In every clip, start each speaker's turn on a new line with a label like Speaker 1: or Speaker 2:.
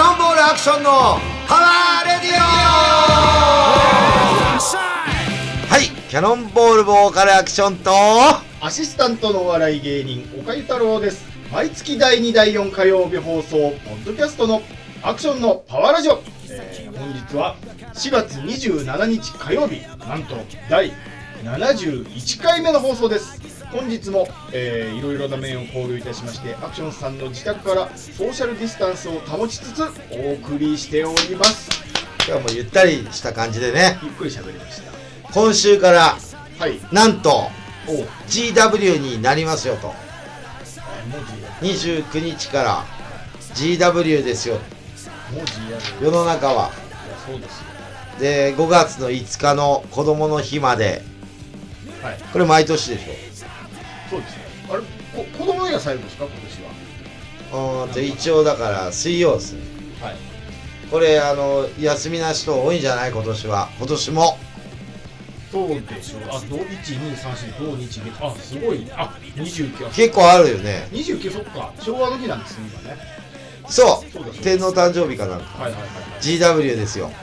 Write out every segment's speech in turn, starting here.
Speaker 1: ションのパワーレディオはいキャノンボールボーカルアクションと
Speaker 2: アシスタントのお笑い芸人、岡井太郎です。毎月第2、第4火曜日放送、ポッドキャストのアクションのパワーラジオ。えー本日は4月27日火曜日、なんと第71回目の放送です。本日も、えーいろいろな面を考慮いたしまして、アクションさんの自宅からソーシャルディスタンスを保ちつつお送りしております。
Speaker 1: 今日もゆったりした感じでね
Speaker 2: ゆっくり喋りました。
Speaker 1: 今週から
Speaker 2: はい。
Speaker 1: なんと
Speaker 2: おう、
Speaker 1: GW になりますよと
Speaker 2: あ文字や、
Speaker 1: 29日から GW ですよ
Speaker 2: 文字やる。
Speaker 1: 世の中はい
Speaker 2: やそうですよ。
Speaker 1: で5月の5日の子どもの日まで
Speaker 2: はい。
Speaker 1: これ毎年でしょ
Speaker 2: そうですね。あれ、こ子供の日が最後ですか、今
Speaker 1: う
Speaker 2: 年
Speaker 1: ーんと一応だから水曜ですね
Speaker 2: は。はい。
Speaker 1: これあの休みな人多いんじゃない今年は今年も
Speaker 2: そうでしょう。あ、どう、一二三四、どう日月。あ、すごい。あ、二十九。
Speaker 1: 結構あるよね
Speaker 2: 二十九、そっか。昭和の日なんですね、今ね。
Speaker 1: そ
Speaker 2: そうだそう
Speaker 1: う
Speaker 2: だ
Speaker 1: 天皇誕生日かなんか
Speaker 2: はいはいはいはい。
Speaker 1: GW ですよ
Speaker 2: もう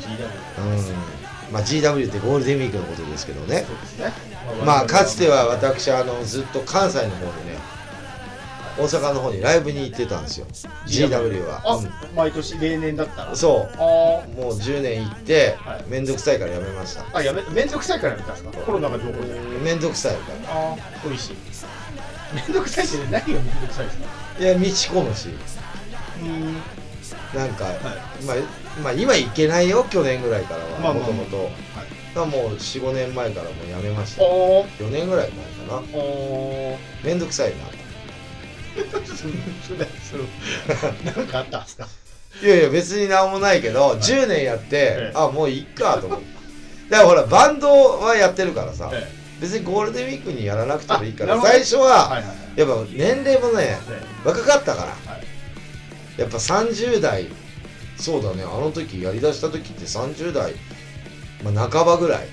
Speaker 2: GW。
Speaker 1: うんまあ GW ってゴールデンウィークのことですけどね
Speaker 2: そうですね。
Speaker 1: まあかつては
Speaker 2: 我々
Speaker 1: 私あのずっと関西の方でね大阪の方にライブに行ってたんですよ GW
Speaker 2: あ、
Speaker 1: は、
Speaker 2: 毎年例年だった
Speaker 1: う
Speaker 2: ら。
Speaker 1: ん、そ
Speaker 2: あー
Speaker 1: うもう10年行って
Speaker 2: はい
Speaker 1: 面倒くさいからやめました
Speaker 2: あ、やめ、めんどくさいからやめたんですか。コロナがどうこうで。
Speaker 1: 面倒くさいか
Speaker 2: あー、美味しい。めんどくさいって何がめんどくさいですか。
Speaker 1: らいや道込むし
Speaker 2: うーん。は
Speaker 1: なんか、
Speaker 2: い
Speaker 1: まあ、まあ今行けないよ去年ぐらいからは
Speaker 2: まあま
Speaker 1: も
Speaker 2: あ
Speaker 1: ともと
Speaker 2: い。
Speaker 1: もう45年前からもうやめました
Speaker 2: おー、
Speaker 1: 4年ぐらい前かな
Speaker 2: おー。
Speaker 1: めんどくさいな
Speaker 2: それそれなんかあったんですか。
Speaker 1: いやいや別に何もないけど、10年やって、
Speaker 2: ええ
Speaker 1: あもういっかと思ってだからほらバンドはやってるからさ、
Speaker 2: え
Speaker 1: 別にゴールデンウィークにやらなくてもいいか
Speaker 2: あ
Speaker 1: ら
Speaker 2: なるほど
Speaker 1: 最初は、
Speaker 2: はいはいはい。
Speaker 1: やっぱ年齢もね
Speaker 2: え
Speaker 1: 若かったから
Speaker 2: えはい
Speaker 1: やっぱ30代そうだねあの時やりだした時って30代、まあ、半ばぐらい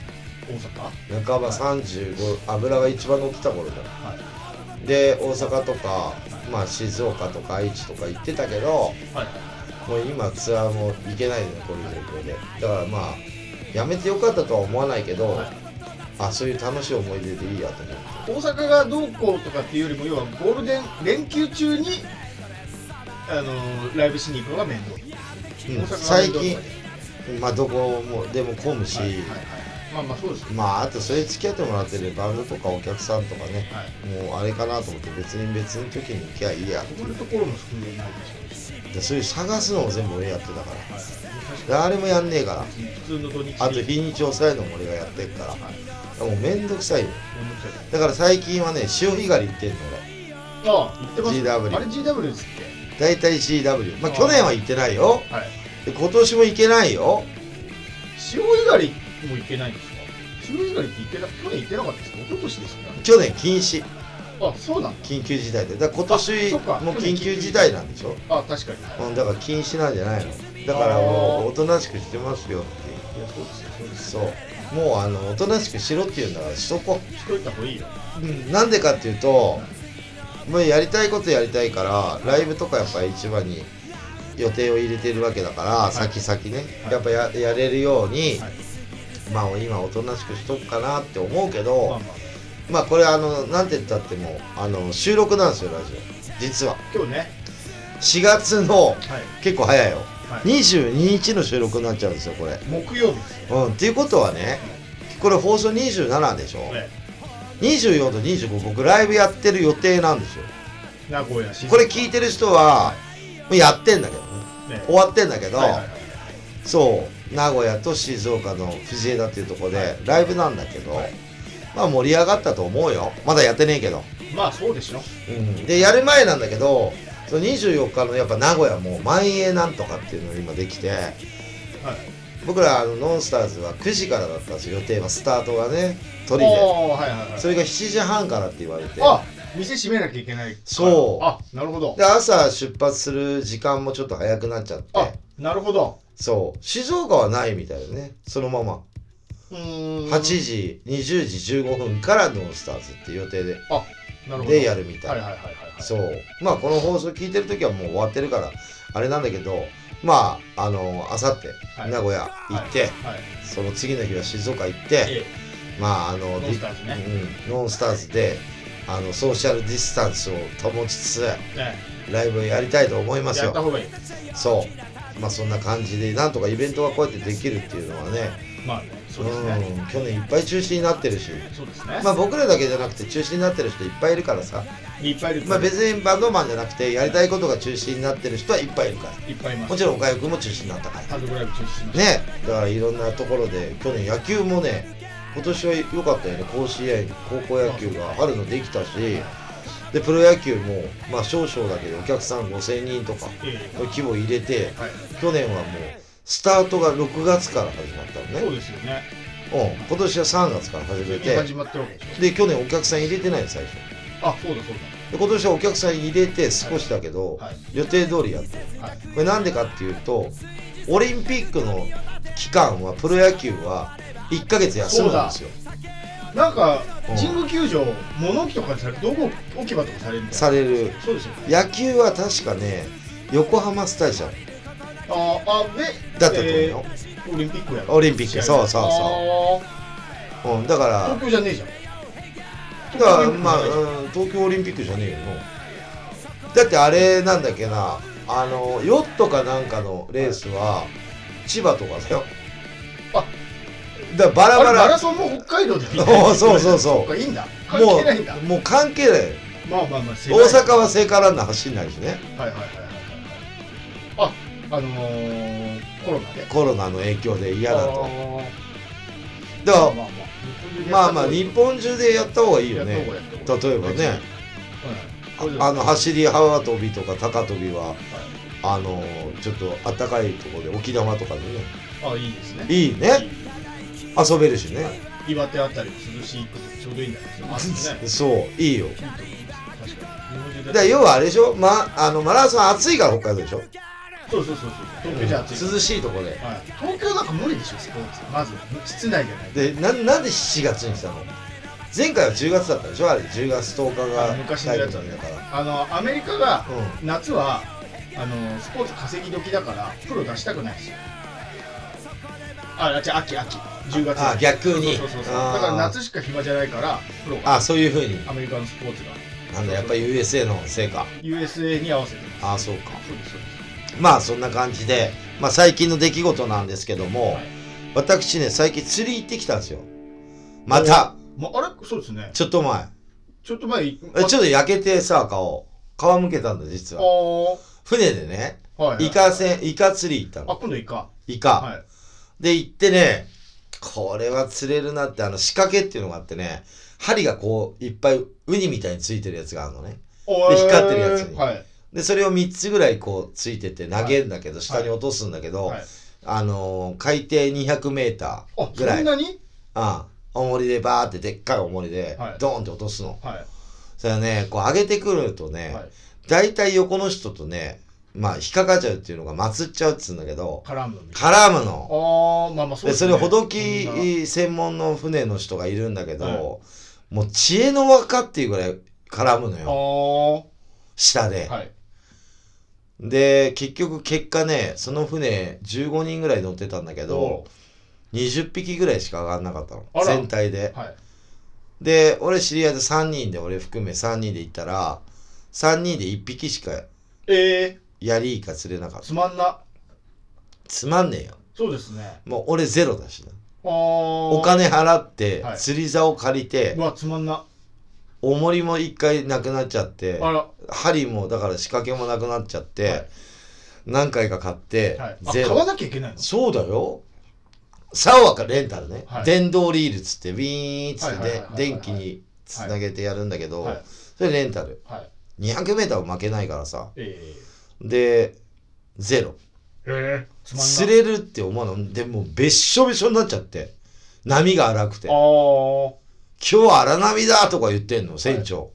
Speaker 2: 大阪。
Speaker 1: 半ば35油が一番乗ってた頃だ
Speaker 2: はい。
Speaker 1: で大阪とか、まあ、静岡とか愛知とか行ってたけど
Speaker 2: はい。
Speaker 1: もう今ツアーも行けないのよこういう状況でだからまあやめてよかったとは思わないけど、
Speaker 2: はい
Speaker 1: あそういう楽しい思い出でいいやと思って
Speaker 2: 大阪がどうこうとかっていうよりも、要はゴールデン連休中に。あのーライブしに行くのが面倒。
Speaker 1: うん
Speaker 2: 大阪が
Speaker 1: 最
Speaker 2: 面倒
Speaker 1: 近
Speaker 2: とかで
Speaker 1: まあどこもでも混むし、
Speaker 2: はいはいはい。まあまあ、そうですよ。
Speaker 1: まああとそれに付き合ってもらってるバンドとかお客さんとかね
Speaker 2: はい。
Speaker 1: もうあれかなと思って別に別の時に行きゃいいや
Speaker 2: ここのところも少ないでしょ
Speaker 1: でそういう探すのを全部俺やってたから
Speaker 2: う。はい。確か
Speaker 1: 誰もやんねえから
Speaker 2: に普通の土日に。
Speaker 1: あと日にち抑えるのも俺がやってるから
Speaker 2: はい。
Speaker 1: もうめんどくさいよ
Speaker 2: めんどくさい
Speaker 1: だから最近はね潮干狩り行ってんの
Speaker 2: ああ、行ってます。
Speaker 1: GW
Speaker 2: あれ GW ですっけ。
Speaker 1: 俺大体 CW まあ
Speaker 2: あー
Speaker 1: 去年は行ってないよ
Speaker 2: はい。
Speaker 1: で今年も行けないよ
Speaker 2: 潮干狩りも行けないんですか潮干狩りって行けな去年行ってなかったですか一昨年ですか
Speaker 1: 去年禁止
Speaker 2: あそうなんだ
Speaker 1: 緊急事態でだから今
Speaker 2: あ
Speaker 1: 年
Speaker 2: そっか
Speaker 1: も緊急事態なんでしょ
Speaker 2: あ確かにはい
Speaker 1: うんだから禁止なんじゃないのだからもうおとなしくしてますよっていう
Speaker 2: いやそうですよそうです
Speaker 1: そうもうあのおとなしくしろって言うんだからしとこ
Speaker 2: しといた方がいいよ
Speaker 1: うなんでかっていうともうやりたいことやりたいからライブとかやっぱ一番に予定を入れてるわけだから先々ね
Speaker 2: はい
Speaker 1: やっぱややれるように
Speaker 2: はい
Speaker 1: まあ今おとなしくしとくかなって思うけ
Speaker 2: まあま
Speaker 1: ど
Speaker 2: あ
Speaker 1: まあこれあのなんて言ったってもうあの収録なんですよラジオ実は
Speaker 2: 今日ね
Speaker 1: 4月の
Speaker 2: はい
Speaker 1: 結構早いよ
Speaker 2: はい
Speaker 1: 22日の収録になっちゃうんですよこれ
Speaker 2: 木曜日ですよ
Speaker 1: うんっていうことはねこれ放送27でしょ
Speaker 2: ね
Speaker 1: 24と25僕ライブやってる予定なんですよ
Speaker 2: 名古屋静
Speaker 1: こ
Speaker 2: 岡
Speaker 1: れ聞いてる人はもうやってんだけどね
Speaker 2: ね
Speaker 1: 終わってんだけど、
Speaker 2: はいはいはい
Speaker 1: そう名古屋と静岡の藤枝っていうところ
Speaker 2: は
Speaker 1: で
Speaker 2: い
Speaker 1: ライブなんだけど、
Speaker 2: はい
Speaker 1: まあ盛り上がったと思うよまだやってねえけど、
Speaker 2: まあそうでしょ
Speaker 1: うん、でやる前なんだけどその24日のやっぱ名古屋もう満営なんとかっていうのが今できて
Speaker 2: はい
Speaker 1: 僕らあのノンスターズは9時からだったんですよ予定はスタートがね
Speaker 2: お
Speaker 1: 鳥で
Speaker 2: おはいはいはい
Speaker 1: それが7時半からって言われて
Speaker 2: あ店閉めなきゃいけないから
Speaker 1: そう
Speaker 2: あなるほど
Speaker 1: で朝出発する時間もちょっと早くなっちゃって
Speaker 2: あなるほど
Speaker 1: そう静岡はないみたいだねそのまま8時20時15分からノンスターズっていう予定で
Speaker 2: なるほど
Speaker 1: でやるみたいな
Speaker 2: はいはいはいはいはい
Speaker 1: そうまあこの放送聞いてる時はもう終わってるからあれなんだけどまああのあさって
Speaker 2: はい
Speaker 1: 名古屋行って、
Speaker 2: はい
Speaker 1: その次の日は静岡行って、
Speaker 2: え
Speaker 1: まああの
Speaker 2: えノンスターズね
Speaker 1: うん、ノンスターズであのソーシャルディスタンスを保ちつつ
Speaker 2: ね
Speaker 1: ライブをやりたいと思います
Speaker 2: やった
Speaker 1: よ
Speaker 2: 方がいい
Speaker 1: そうまあそんな感じでなんとかイベントがこうやってできるっていうのはね
Speaker 2: まあねそうですね
Speaker 1: うん去年いっぱい中止になってるし
Speaker 2: そうですね
Speaker 1: まあ僕らだけじゃなくて中止になってる人いっぱいいるからさ、
Speaker 2: いっぱいいる
Speaker 1: まあ、別にバンドマンじゃなくてやりたいことが中止になってる人はいっぱいいるから
Speaker 2: いっぱいいま
Speaker 1: も
Speaker 2: す
Speaker 1: ちろん岡山君も中止になったから
Speaker 2: 単独ライブ中止しまし
Speaker 1: ねだからいろんなところで去年野球もね今年は良かったよね甲子園高校野球が春のできたしでプロ野球もまあ少々だけどお客さん5000人とか
Speaker 2: たえ
Speaker 1: の規模入れて
Speaker 2: えはい
Speaker 1: 去年はもうスタートが6月から始まったの
Speaker 2: そう
Speaker 1: ね、
Speaker 2: ですよね
Speaker 1: うん、今年は3月から始めて
Speaker 2: 始まってるわけでしょ
Speaker 1: で去年お客さん入れてないの最初
Speaker 2: あそうだそう
Speaker 1: で今年はお客さん入れて少しだけど、
Speaker 2: はい
Speaker 1: 予定通りやってる
Speaker 2: だはい
Speaker 1: これなんでかっていうとオリンピックの期間はプロ野球は1ヶ月休むんですよ
Speaker 2: なんか
Speaker 1: うん
Speaker 2: 神宮球場物置とかにされ道具置き場とかされるみたい
Speaker 1: される
Speaker 2: なそうですよね
Speaker 1: 野球は確かね横浜スタジアム
Speaker 2: ああで
Speaker 1: だったと思う
Speaker 2: え
Speaker 1: よ、
Speaker 2: ーオリンピックやる
Speaker 1: オリンピックそうそう
Speaker 2: そ
Speaker 1: うん、だか
Speaker 2: う
Speaker 1: ら
Speaker 2: 東京じゃねえじゃん
Speaker 1: だからまあ、うん東京オリンピックじゃねえよなだってあれなんだっけなあのヨットかなんかのレースは千葉とかだよ
Speaker 2: あ
Speaker 1: だからバラ
Speaker 2: あれマ
Speaker 1: バラ
Speaker 2: ラソンも北海道で
Speaker 1: そうそうそう
Speaker 2: っかいいんだ関
Speaker 1: も
Speaker 2: 係ないんだ
Speaker 1: うもう関係ない
Speaker 2: まあまあまあ世
Speaker 1: 大
Speaker 2: 界
Speaker 1: 阪は聖火ランナー走んないしね
Speaker 2: はいはいはいはいはいああのー、コロナで
Speaker 1: コロナの影響で嫌だ
Speaker 2: あ
Speaker 1: と
Speaker 2: ー
Speaker 1: だから
Speaker 2: まあ
Speaker 1: まあまあ日本中でやった方がいい
Speaker 2: い
Speaker 1: よね
Speaker 2: 例
Speaker 1: 例えばねあの走り幅跳びとか高跳びはあのちょっとあったかいところで沖縄とかでね
Speaker 2: あいいですね
Speaker 1: いいね遊べるしね
Speaker 2: 岩手あたり涼しいくてちょうどいいんじゃないですか暑い ね
Speaker 1: そういいよ
Speaker 2: いいと思います確かに日本中で
Speaker 1: だから要はあれでしょ、ま、あのマラソン暑いから北海道でしょ
Speaker 2: そうそうそうそう東京じゃ暑いから
Speaker 1: 涼しいとこで
Speaker 2: はい、東京なんか無理でしょスポーツまず室内じゃない
Speaker 1: でななんで7月にしたの前回は10月だったでしょあれ10月10日
Speaker 2: あ
Speaker 1: が
Speaker 2: の昔のやつはね
Speaker 1: だから
Speaker 2: あのアメリカが
Speaker 1: うん
Speaker 2: 夏はあのスポーツ稼ぎ時だからプロ出したくないしあ違う秋秋10月
Speaker 1: あ逆に
Speaker 2: そうそうそうそう
Speaker 1: あー
Speaker 2: だから夏しか暇じゃないからプロが
Speaker 1: あそういうふうに
Speaker 2: アメリカのスポーツが
Speaker 1: なんだやっぱり USA のせいか
Speaker 2: USA に合わせて
Speaker 1: ああそうか
Speaker 2: そうですそうです
Speaker 1: まあそんな感じで、まあ、最近の出来事なんですけども、
Speaker 2: はい
Speaker 1: 私ね最近釣り行ってきたんですよまた
Speaker 2: まあれそうですね
Speaker 1: ちょっと前
Speaker 2: ちょっと前え
Speaker 1: えちょっと焼けてさ顔皮むけたんだ実は
Speaker 2: あ
Speaker 1: 船でね
Speaker 2: あはいはい
Speaker 1: イカ船イカ釣り行った
Speaker 2: あ
Speaker 1: の
Speaker 2: 今度イカ
Speaker 1: イカ、
Speaker 2: はい
Speaker 1: で行ってねこれは釣れるなってあの仕掛けっていうのがあってね針がこういっぱいウニみたいについてるやつがあるのね
Speaker 2: おー
Speaker 1: で光ってるやつに
Speaker 2: はい
Speaker 1: でそれを3つぐらいこうついてて投げるんだけど、下に落とすんだけど、
Speaker 2: はい
Speaker 1: あのー海底200メータ
Speaker 2: あ
Speaker 1: ーぐら
Speaker 2: そ
Speaker 1: い
Speaker 2: んなに
Speaker 1: ああ重りでバーってでっかい重りで
Speaker 2: はい
Speaker 1: ドーンって落とすの、
Speaker 2: は
Speaker 1: それはねこう上げてくるとね、
Speaker 2: いはい
Speaker 1: 大体横の人とねまあ引っかかっちゃうっていうのがまつっちゃうっつうんだけど
Speaker 2: 絡むみたいな
Speaker 1: 絡むの
Speaker 2: ああ、まあまあそ
Speaker 1: そうで、
Speaker 2: です
Speaker 1: そ
Speaker 2: ね
Speaker 1: れほど
Speaker 2: そんな
Speaker 1: き専門の船の人がいるんだけど、
Speaker 2: はい
Speaker 1: もう知恵の輪かっていうぐらい絡むの
Speaker 2: あ
Speaker 1: よ
Speaker 2: あ、は
Speaker 1: 下で、
Speaker 2: い。
Speaker 1: で結局結果ねその船15人ぐらい乗ってたんだけど、20匹ぐらいしか上がんなかったの
Speaker 2: あら
Speaker 1: 全体で
Speaker 2: はい。
Speaker 1: で俺知り合いで3人で俺含め3人で行ったら3人で1匹しか
Speaker 2: え
Speaker 1: ヤリイカ釣れなかっ
Speaker 2: ー、
Speaker 1: た
Speaker 2: つまんな。
Speaker 1: つまんねえよ
Speaker 2: そうですね。
Speaker 1: もう俺ゼロだしな
Speaker 2: ああ。
Speaker 1: お金払って
Speaker 2: はい
Speaker 1: 釣り竿借りて
Speaker 2: うわ、つまんな。
Speaker 1: 重りも1回なくなっちゃって
Speaker 2: あら。
Speaker 1: 針もだから仕掛けもなくなっちゃっ
Speaker 2: は
Speaker 1: て
Speaker 2: い
Speaker 1: 何回か買って
Speaker 2: はい、あ、
Speaker 1: ゼ
Speaker 2: 買
Speaker 1: ロ
Speaker 2: わなきゃいけないの
Speaker 1: そうだよ竿はかレンタルね
Speaker 2: はい
Speaker 1: 電動リールつってウィーンっつって
Speaker 2: はいは
Speaker 1: ね
Speaker 2: いはいはいはい
Speaker 1: 電気につなげてやるんだけど
Speaker 2: はい。
Speaker 1: それレンタル
Speaker 2: はい。
Speaker 1: 200m は負けないからさ
Speaker 2: え
Speaker 1: でゼロ
Speaker 2: ー、えー、つまんな。
Speaker 1: 釣れるって思うのでもうべっしょべしょになっちゃって波が荒くて
Speaker 2: ああ。
Speaker 1: 「
Speaker 2: は
Speaker 1: 今日は荒波だ!」とか言ってんの船長、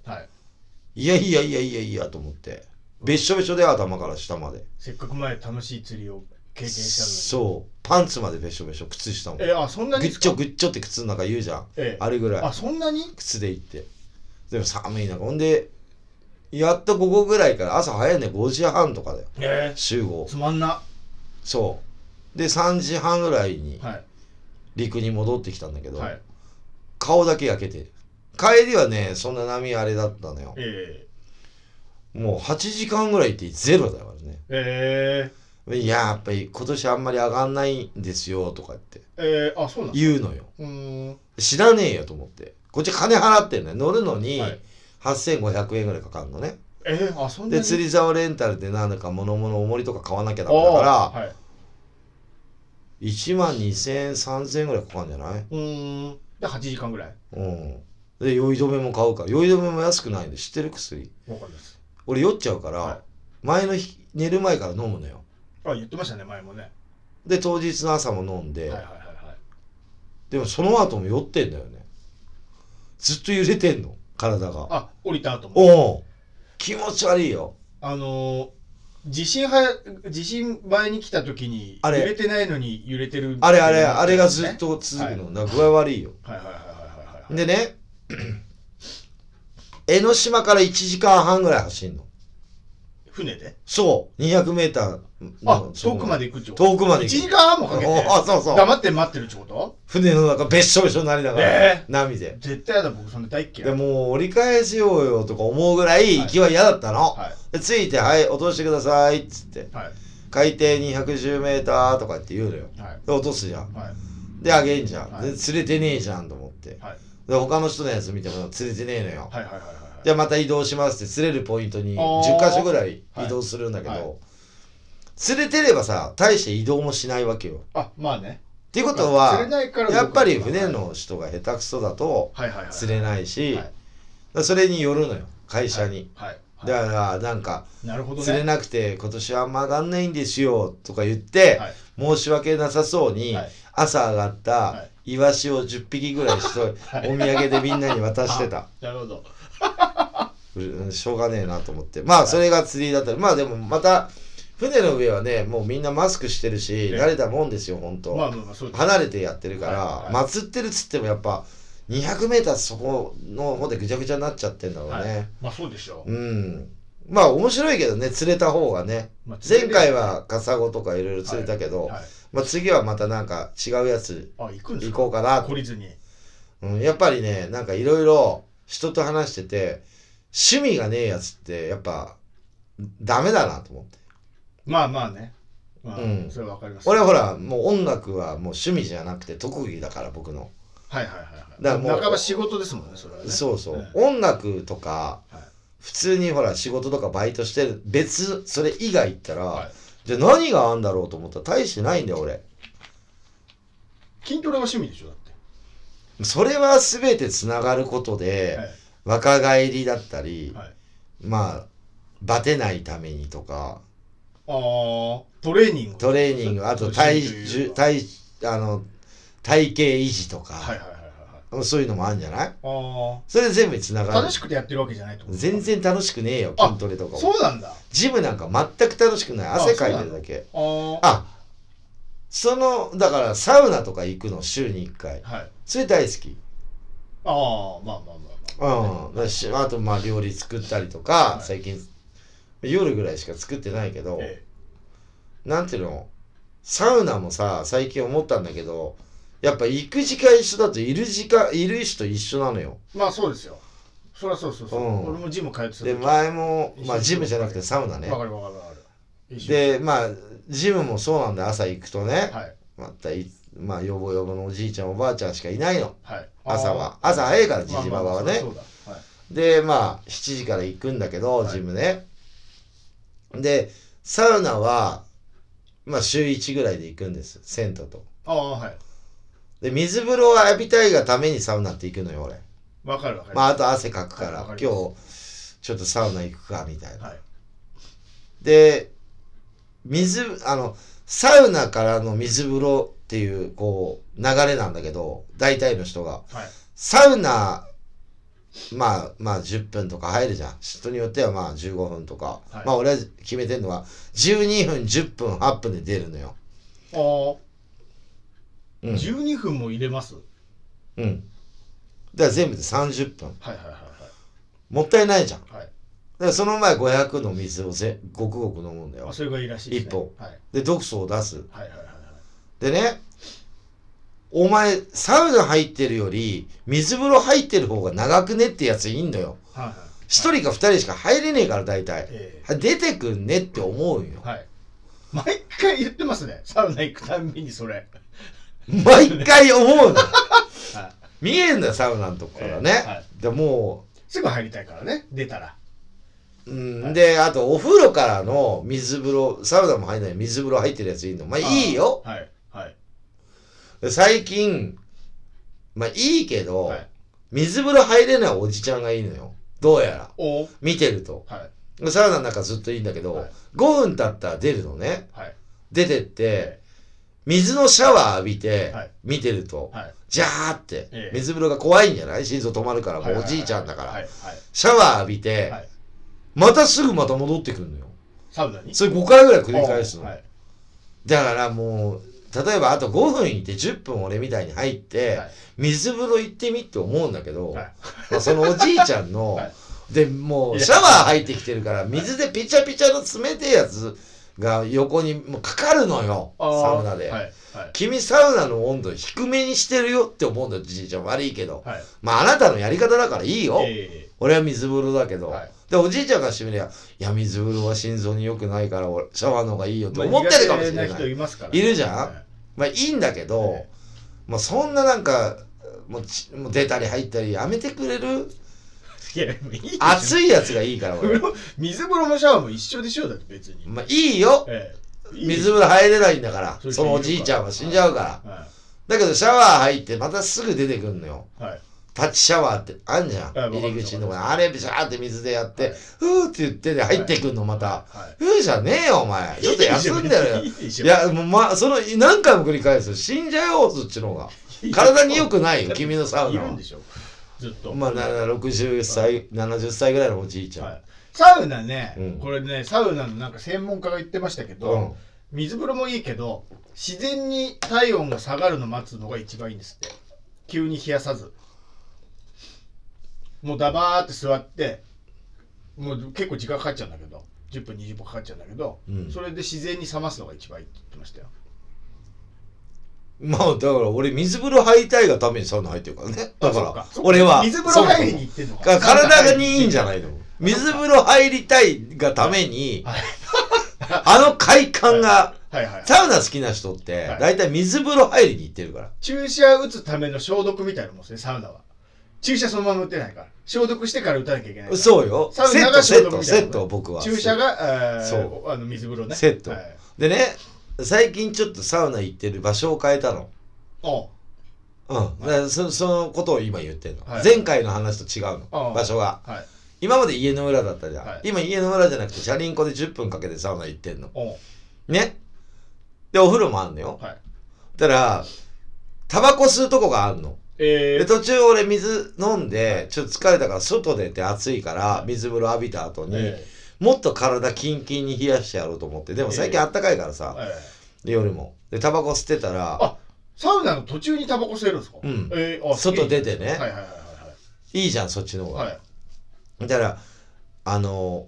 Speaker 2: い。
Speaker 1: い、やいやいやいやいやと思ってべっしょべしょで頭から下まで
Speaker 2: せっかく前楽しい釣りを経験したのに
Speaker 1: そうパンツまでべしょべしょ靴下もぐ
Speaker 2: えあそんなに
Speaker 1: っちょぐっちょって靴の中言うじゃん
Speaker 2: ええ
Speaker 1: あれぐら
Speaker 2: あ
Speaker 1: い
Speaker 2: そんなに
Speaker 1: 靴で行ってでも寒い中ほんでやっと午後ぐらいから朝早いね5時半とかだよ
Speaker 2: え
Speaker 1: 集合
Speaker 2: えつまんな
Speaker 1: そうで3時半ぐらいに
Speaker 2: は
Speaker 1: 陸に戻ってきたんだけ
Speaker 2: い
Speaker 1: ど、
Speaker 2: はい
Speaker 1: 顔だけ焼けてる帰りはねそんな波あれだったのよ
Speaker 2: え
Speaker 1: もう8時間ぐらいってゼロだからね
Speaker 2: ええ
Speaker 1: いややっぱり今年あんまり上がんないんですよとかって
Speaker 2: えええあそうなん
Speaker 1: 言うのよ
Speaker 2: うーん
Speaker 1: 知らねえよと思ってこっち金払ってんのよ乗るのに
Speaker 2: はい
Speaker 1: 8500円ぐらいかかるのね
Speaker 2: ええあそんなに
Speaker 1: で釣り竿レンタルでなんか物々重りとか買わなきゃ
Speaker 2: だ
Speaker 1: だめだから
Speaker 2: はい
Speaker 1: 1万2000円3000円ぐらいかかるんじゃないう
Speaker 2: ーんで8時間ぐらい
Speaker 1: うんで酔い止めも買うから酔い止めも安くないんで知ってる薬
Speaker 2: わかります
Speaker 1: 俺酔っちゃうから、
Speaker 2: はい
Speaker 1: 前の日寝る前から飲むのよ
Speaker 2: あ言ってましたね前もね
Speaker 1: で当日の朝も飲んで、
Speaker 2: はいはいはいはい
Speaker 1: でもその後も酔ってんだよねずっと揺れてんの体が
Speaker 2: あ降りた後も
Speaker 1: おお気持ち悪いよ
Speaker 2: あのー地震はや地震前に来た時に
Speaker 1: あ
Speaker 2: 揺
Speaker 1: れ
Speaker 2: れてないのに揺れてる
Speaker 1: あれあれあれがずっと続くの、なんか具合悪いよ
Speaker 2: はいはいはいはいはいはい
Speaker 1: でね 江ノ島から1時間半ぐらい走んの
Speaker 2: 船で
Speaker 1: そう2 0 0ー
Speaker 2: あ
Speaker 1: のその
Speaker 2: 遠くまで行くってこと
Speaker 1: 遠くまで
Speaker 2: 1
Speaker 1: 行
Speaker 2: 時
Speaker 1: く
Speaker 2: 間半もかけて
Speaker 1: おあそうそう
Speaker 2: 黙って待ってるってこと
Speaker 1: 船の中べっしょべしょになりながら、
Speaker 2: ね
Speaker 1: 波で
Speaker 2: 絶対やだ僕そんな大っ嫌
Speaker 1: で
Speaker 2: い
Speaker 1: もう折り返しようよとか思うぐらい行きは嫌だったの、
Speaker 2: は
Speaker 1: でついて「はい落としてください」っつって
Speaker 2: いはい
Speaker 1: 海底 210m とかって言うのよ
Speaker 2: はい
Speaker 1: で落とすじゃん
Speaker 2: はい
Speaker 1: であげんじゃん、
Speaker 2: は
Speaker 1: で
Speaker 2: い
Speaker 1: 釣れてねえじゃんと思って
Speaker 2: はい
Speaker 1: で他の人のやつ見ても釣れてねえのよ、
Speaker 2: はいはいはいはい
Speaker 1: じゃあまた移動しますって釣れるポイントに
Speaker 2: あー
Speaker 1: 10箇所ぐらい移動するんだけど、
Speaker 2: はいは
Speaker 1: 釣れてればさ大して移動もしないわけよっ
Speaker 2: あまあね
Speaker 1: ていうこと
Speaker 2: 釣
Speaker 1: は
Speaker 2: れないから僕は
Speaker 1: やっぱり船の人が下手くそだと
Speaker 2: はいはいはいはい
Speaker 1: 釣れないし、
Speaker 2: はい
Speaker 1: それによるのよ会社に、
Speaker 2: はいはい
Speaker 1: だからなんか
Speaker 2: なるほどね
Speaker 1: 釣れなくて今年は曲がんないんですよとか言って、
Speaker 2: はい
Speaker 1: 申し訳なさそうに
Speaker 2: はい
Speaker 1: 朝上がった
Speaker 2: は
Speaker 1: イワシを10匹ぐらいしとお土産でみんなに渡してた
Speaker 2: なるほど
Speaker 1: うんしょうがねえなと思ってまあそれが釣りだったりまあでもまた船の上はねもうみんなマスクしてるし
Speaker 2: ね
Speaker 1: 慣れたもんですよ本当、
Speaker 2: まあまあまあそうです
Speaker 1: 離れてやってるから、
Speaker 2: はいはい
Speaker 1: 祭ってるっつってもやっぱ 200m そこの方でぐちゃぐちゃになっちゃってんだろうね、
Speaker 2: はいまあそうでしょう
Speaker 1: うんまあ面白いけどね釣れた方がね
Speaker 2: まあ釣れ
Speaker 1: 前
Speaker 2: て
Speaker 1: 回はカサゴとかいろいろ釣れたけど、
Speaker 2: はい
Speaker 1: まあ、次はまたなんか違うやつ
Speaker 2: あ行くんで
Speaker 1: 行
Speaker 2: すか
Speaker 1: こうかな
Speaker 2: 懲りずに
Speaker 1: うん、やっぱりねなんかいろいろ人と話してて趣味がねえやつってやっぱダメだなと思って
Speaker 2: まあまあねまあ
Speaker 1: うん
Speaker 2: それはわかります
Speaker 1: 俺はほらもう音楽はもう趣味じゃなくて特技だから僕の
Speaker 2: はいはいはい
Speaker 1: だ
Speaker 2: は
Speaker 1: から
Speaker 2: い
Speaker 1: もう
Speaker 2: 半ば仕事ですもんねそれはね
Speaker 1: そうそう、
Speaker 2: ね
Speaker 1: 音楽とか
Speaker 2: はい
Speaker 1: 普通にほら仕事とかバイトしてる別それ以外行ったら、
Speaker 2: はい
Speaker 1: じゃあ何があんだろうと思ったら大してないんだよ俺
Speaker 2: 筋トレは趣味でしょだって
Speaker 1: それは全てつながることで、
Speaker 2: はい
Speaker 1: 若返りだったり、
Speaker 2: はい
Speaker 1: まあバテないためにとか
Speaker 2: あートレーニング
Speaker 1: トレーニングあと体重
Speaker 2: 体
Speaker 1: 体あの体型維持とか、
Speaker 2: はいはいはいはい
Speaker 1: そういうのもあるんじゃない
Speaker 2: はい
Speaker 1: それ全部つな
Speaker 2: あ
Speaker 1: が
Speaker 2: あ
Speaker 1: る
Speaker 2: 楽しくてやってるわけじゃないってこと
Speaker 1: 全然楽しくねえよ
Speaker 2: あ
Speaker 1: 筋トレとかも
Speaker 2: そうなんだあ
Speaker 1: ジムなんか全く楽しくない汗かいてるだけ
Speaker 2: ー
Speaker 1: あそのだからサウナとか行くの週に1回
Speaker 2: はい
Speaker 1: それ大好き
Speaker 2: ああまあまあまあまあ
Speaker 1: うん、だしあとまあ料理作ったりとか、
Speaker 2: い
Speaker 1: 最近夜ぐらいしか作ってないけど、
Speaker 2: え
Speaker 1: なんていうのサウナもさ最近思ったんだけどやっぱ行く時間一緒だといる時間いる人一緒なのよ
Speaker 2: えまあそうですよそりゃそうそうそう
Speaker 1: うん
Speaker 2: 俺もジム通ってた
Speaker 1: で
Speaker 2: 時
Speaker 1: 前も
Speaker 2: 一緒
Speaker 1: まあ
Speaker 2: 一緒
Speaker 1: ジムじゃなくてサウナね
Speaker 2: わかるわかるわかる一緒
Speaker 1: でまあジムもそうなんで朝行くとね、
Speaker 2: はい
Speaker 1: またいまあヨボヨボのおじいちゃんおばあちゃんしかいないの
Speaker 2: はい
Speaker 1: 朝は朝早いからじ
Speaker 2: まあ
Speaker 1: じ
Speaker 2: ま
Speaker 1: ば
Speaker 2: あ
Speaker 1: ばはね
Speaker 2: そうだそうだはい
Speaker 1: でまあ7時から行くんだけど
Speaker 2: はい
Speaker 1: ジムね、でサウナはまあ週1ぐらいで行くんです銭湯と
Speaker 2: ああはい
Speaker 1: で水風呂を浴びたいがためにサウナって行くのよ俺
Speaker 2: わかるわかる
Speaker 1: まああと汗かくから、
Speaker 2: はいわか
Speaker 1: 今日
Speaker 2: ります
Speaker 1: ちょっとサウナ行くかみたいな、
Speaker 2: はい
Speaker 1: で水あのサウナからの水風呂っていうこう流れなんだけど大体の人が
Speaker 2: はい
Speaker 1: サウナまあまあ10分とか入るじゃん人によってはまあ15分とか、
Speaker 2: はい
Speaker 1: まあ俺は決めてんのは12分10分8分で出るのよ
Speaker 2: あー
Speaker 1: うん、
Speaker 2: 12分も入れます、
Speaker 1: うん、だから全部で30分
Speaker 2: はいはいはい
Speaker 1: もったいないじゃんだ
Speaker 2: はいはい
Speaker 1: からその前500の水をぜごくごく飲むんだよ
Speaker 2: あそれがいいらしいです、ね、
Speaker 1: 一本
Speaker 2: はい
Speaker 1: で毒素を出す
Speaker 2: はいはいはいはい
Speaker 1: でねお前サウナ入ってるより水風呂入ってる方が長くねってやついんのよ
Speaker 2: はいはい
Speaker 1: 1人か2人しか入れねえから大体
Speaker 2: え
Speaker 1: 出てくんねって思うよ
Speaker 2: ーはい毎回言ってますねサウナ行くたんびにそれ
Speaker 1: 毎回思うの
Speaker 2: はい
Speaker 1: 見えんだよサウナのとこからね、
Speaker 2: えーはい
Speaker 1: でも
Speaker 2: すぐ入りたいからね出たら
Speaker 1: う、う
Speaker 2: は
Speaker 1: ん、
Speaker 2: い
Speaker 1: であとお風呂からの水風呂サウナも入んない水風呂入ってるやついんのまあいいよ
Speaker 2: あーはいはい
Speaker 1: で最近まあいいけど、
Speaker 2: はい
Speaker 1: 水風呂入れないおじちゃんがいいのよどうやら
Speaker 2: おー
Speaker 1: 見てると
Speaker 2: はい
Speaker 1: サウナの中ずっといいんだけど、
Speaker 2: はい
Speaker 1: 5分経ったら出るのね
Speaker 2: はい
Speaker 1: 出てって水のシャワー浴びて
Speaker 2: はい
Speaker 1: 見てると、
Speaker 2: はい
Speaker 1: ジャーって、
Speaker 2: ええ
Speaker 1: 水風呂が怖いんじゃない心臓止まるからも
Speaker 2: は
Speaker 1: う
Speaker 2: は
Speaker 1: おじいちゃんだから、
Speaker 2: はいはい
Speaker 1: シャワー浴びて、
Speaker 2: はい
Speaker 1: またすぐまた戻ってくるのよ
Speaker 2: サウナに
Speaker 1: それ5回ぐらい繰り返すの、
Speaker 2: はい
Speaker 1: だからもう例えばあと5分いて10分俺みたいに入って、
Speaker 2: はい
Speaker 1: 水風呂行ってみって思うんだけど、
Speaker 2: はい
Speaker 1: まあ、そのおじいちゃんの、
Speaker 2: はい
Speaker 1: でも
Speaker 2: いうや
Speaker 1: シャワー入ってきてるから水でピチャピチャの冷てえやつが横にもうかかるのよ
Speaker 2: あー
Speaker 1: サウナで、
Speaker 2: はいはい
Speaker 1: 君サウナの温度低めにしてるよって思うんだよじいちゃん悪いけど
Speaker 2: はい
Speaker 1: まああなたのやり方だからいいよ、
Speaker 2: え
Speaker 1: 俺は水風呂だけど、
Speaker 2: はい
Speaker 1: でおじいちゃんがしてみりゃいや水風呂は心臓に良くないから俺シャワーの方がいいよ
Speaker 2: ー
Speaker 1: って思ってるかもしれ
Speaker 2: ま
Speaker 1: な
Speaker 2: あ
Speaker 1: い、ま
Speaker 2: 苦手
Speaker 1: あ
Speaker 2: 人いますから
Speaker 1: いるじゃん
Speaker 2: はい
Speaker 1: いいんだけど、
Speaker 2: え
Speaker 1: まあそんななんかもうちもう出たり入ったりやめてくれる
Speaker 2: いや、もういいでしょ
Speaker 1: 熱いやつがいいから
Speaker 2: 風
Speaker 1: 俺、
Speaker 2: 呂水風呂もシャワーも一緒でしょだって別に。
Speaker 1: まあ、いいよ
Speaker 2: ええいい
Speaker 1: 水風呂入れないんだから
Speaker 2: そう
Speaker 1: そのおじいちゃんは死んじゃうから、
Speaker 2: は
Speaker 1: だけどシャワー入ってまたすぐ出てくんのよ
Speaker 2: い。はい。
Speaker 1: タッチシャワーってあんじゃん
Speaker 2: はいわかる
Speaker 1: 入り口のとこにあれビシャーって水でやって、
Speaker 2: はい
Speaker 1: ふーって言ってで入ってくんのまた、
Speaker 2: はい。
Speaker 1: ふーじゃねえよお前ちょっと休んでろよ
Speaker 2: いいでしょ
Speaker 1: い、や、もうまあ、その、何回も繰り返す。死んじゃうよ、そっちの方が。体に良くないよ、君のサウ
Speaker 2: い
Speaker 1: ナ
Speaker 2: るん
Speaker 1: は
Speaker 2: で。しょずっと。
Speaker 1: まあ、なな60歳、70歳ぐらいのおじいちゃん。
Speaker 2: はいサウナね、
Speaker 1: うん
Speaker 2: これね、サウナのなんか専門家が言ってましたけど、
Speaker 1: うん
Speaker 2: 水風呂もいいけど、自然に体温が下がるの待つのが一番いいんですって。急に冷やさず。もうダバーって座って、もう結構時間かかっちゃうんだけど、10分、20分かかっちゃうんだけど、
Speaker 1: うん
Speaker 2: それで自然に冷ますのが一番いいって言ってましたよ。
Speaker 1: まあ、だから俺、水風呂入りたいがためにサウナ入ってるからね。だ
Speaker 2: そう
Speaker 1: か、
Speaker 2: から
Speaker 1: 俺は。
Speaker 2: 水風呂入りに行ってんの
Speaker 1: そ
Speaker 2: か。
Speaker 1: うか体にいいんじゃ
Speaker 2: い
Speaker 1: ないの水風呂入りたいがために、
Speaker 2: はい
Speaker 1: あの快感が、
Speaker 2: はいはい。
Speaker 1: サウナ好きな人って、
Speaker 2: はい
Speaker 1: だいたい水風呂入りに行ってるから。
Speaker 2: 注射打つための消毒みたいなもんですね、サウナは。注射そのまま打てないから。消毒してから打たなきゃいけないから。
Speaker 1: そうよ。
Speaker 2: サウ
Speaker 1: セ
Speaker 2: ナ
Speaker 1: ット、
Speaker 2: が
Speaker 1: セ
Speaker 2: 消
Speaker 1: ッ
Speaker 2: 毒
Speaker 1: ト、
Speaker 2: み
Speaker 1: セ
Speaker 2: たいな
Speaker 1: ットを僕は。
Speaker 2: 注射が、えー、
Speaker 1: そ
Speaker 2: あの水風呂ね。
Speaker 1: セット
Speaker 2: はい、
Speaker 1: でね最近ちょっとサウナ行ってる場所を変えたの。
Speaker 2: おう
Speaker 1: うん、だからそそのことを今言ってるの、
Speaker 2: はい
Speaker 1: 前回の話と違う
Speaker 2: あ
Speaker 1: の
Speaker 2: あ
Speaker 1: 場所が
Speaker 2: はい。
Speaker 1: 今まで家の裏だったじゃん、
Speaker 2: はい
Speaker 1: 今家の裏じゃなくて車輪湖で10分かけてサウナ行ってんの
Speaker 2: おう
Speaker 1: ねでお風呂もあんのよ
Speaker 2: はい。
Speaker 1: だからタバコ吸うとこがあんの
Speaker 2: え
Speaker 1: で
Speaker 2: ー、
Speaker 1: 途中俺水飲んでちょっと疲れたから外出て暑いから水風呂浴びた後に、
Speaker 2: え
Speaker 1: もっと体キンキンに冷やしてやろうと思ってでも最近あったかいから
Speaker 2: ー
Speaker 1: さ、
Speaker 2: えー
Speaker 1: 夜もでタバコ吸ってたら
Speaker 2: あサウナの途中にタバコ吸えるんですか
Speaker 1: うん
Speaker 2: えー、あ
Speaker 1: 外出
Speaker 2: て
Speaker 1: てね、
Speaker 2: はいはいはい
Speaker 1: いいじゃんそっちの方が、
Speaker 2: はい。はい。
Speaker 1: だからあの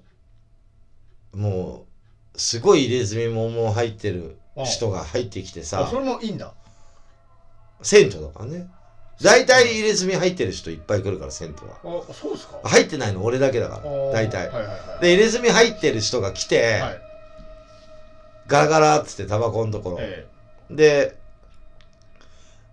Speaker 1: もうすごい入れ墨もも入ってる人が入ってきて
Speaker 2: あ
Speaker 1: さ
Speaker 2: それもいいんだ。
Speaker 1: 銭湯だからね大体入れ墨入ってる人いっぱい来るから銭湯は
Speaker 2: あ、そうですか
Speaker 1: 入ってないの俺だけだか
Speaker 2: あ
Speaker 1: ら
Speaker 2: ー
Speaker 1: 大体、
Speaker 2: はいはいはい。
Speaker 1: で入れ墨入ってる人が来て、
Speaker 2: はい、
Speaker 1: ガラガラっつってタバコのところ、
Speaker 2: え
Speaker 1: で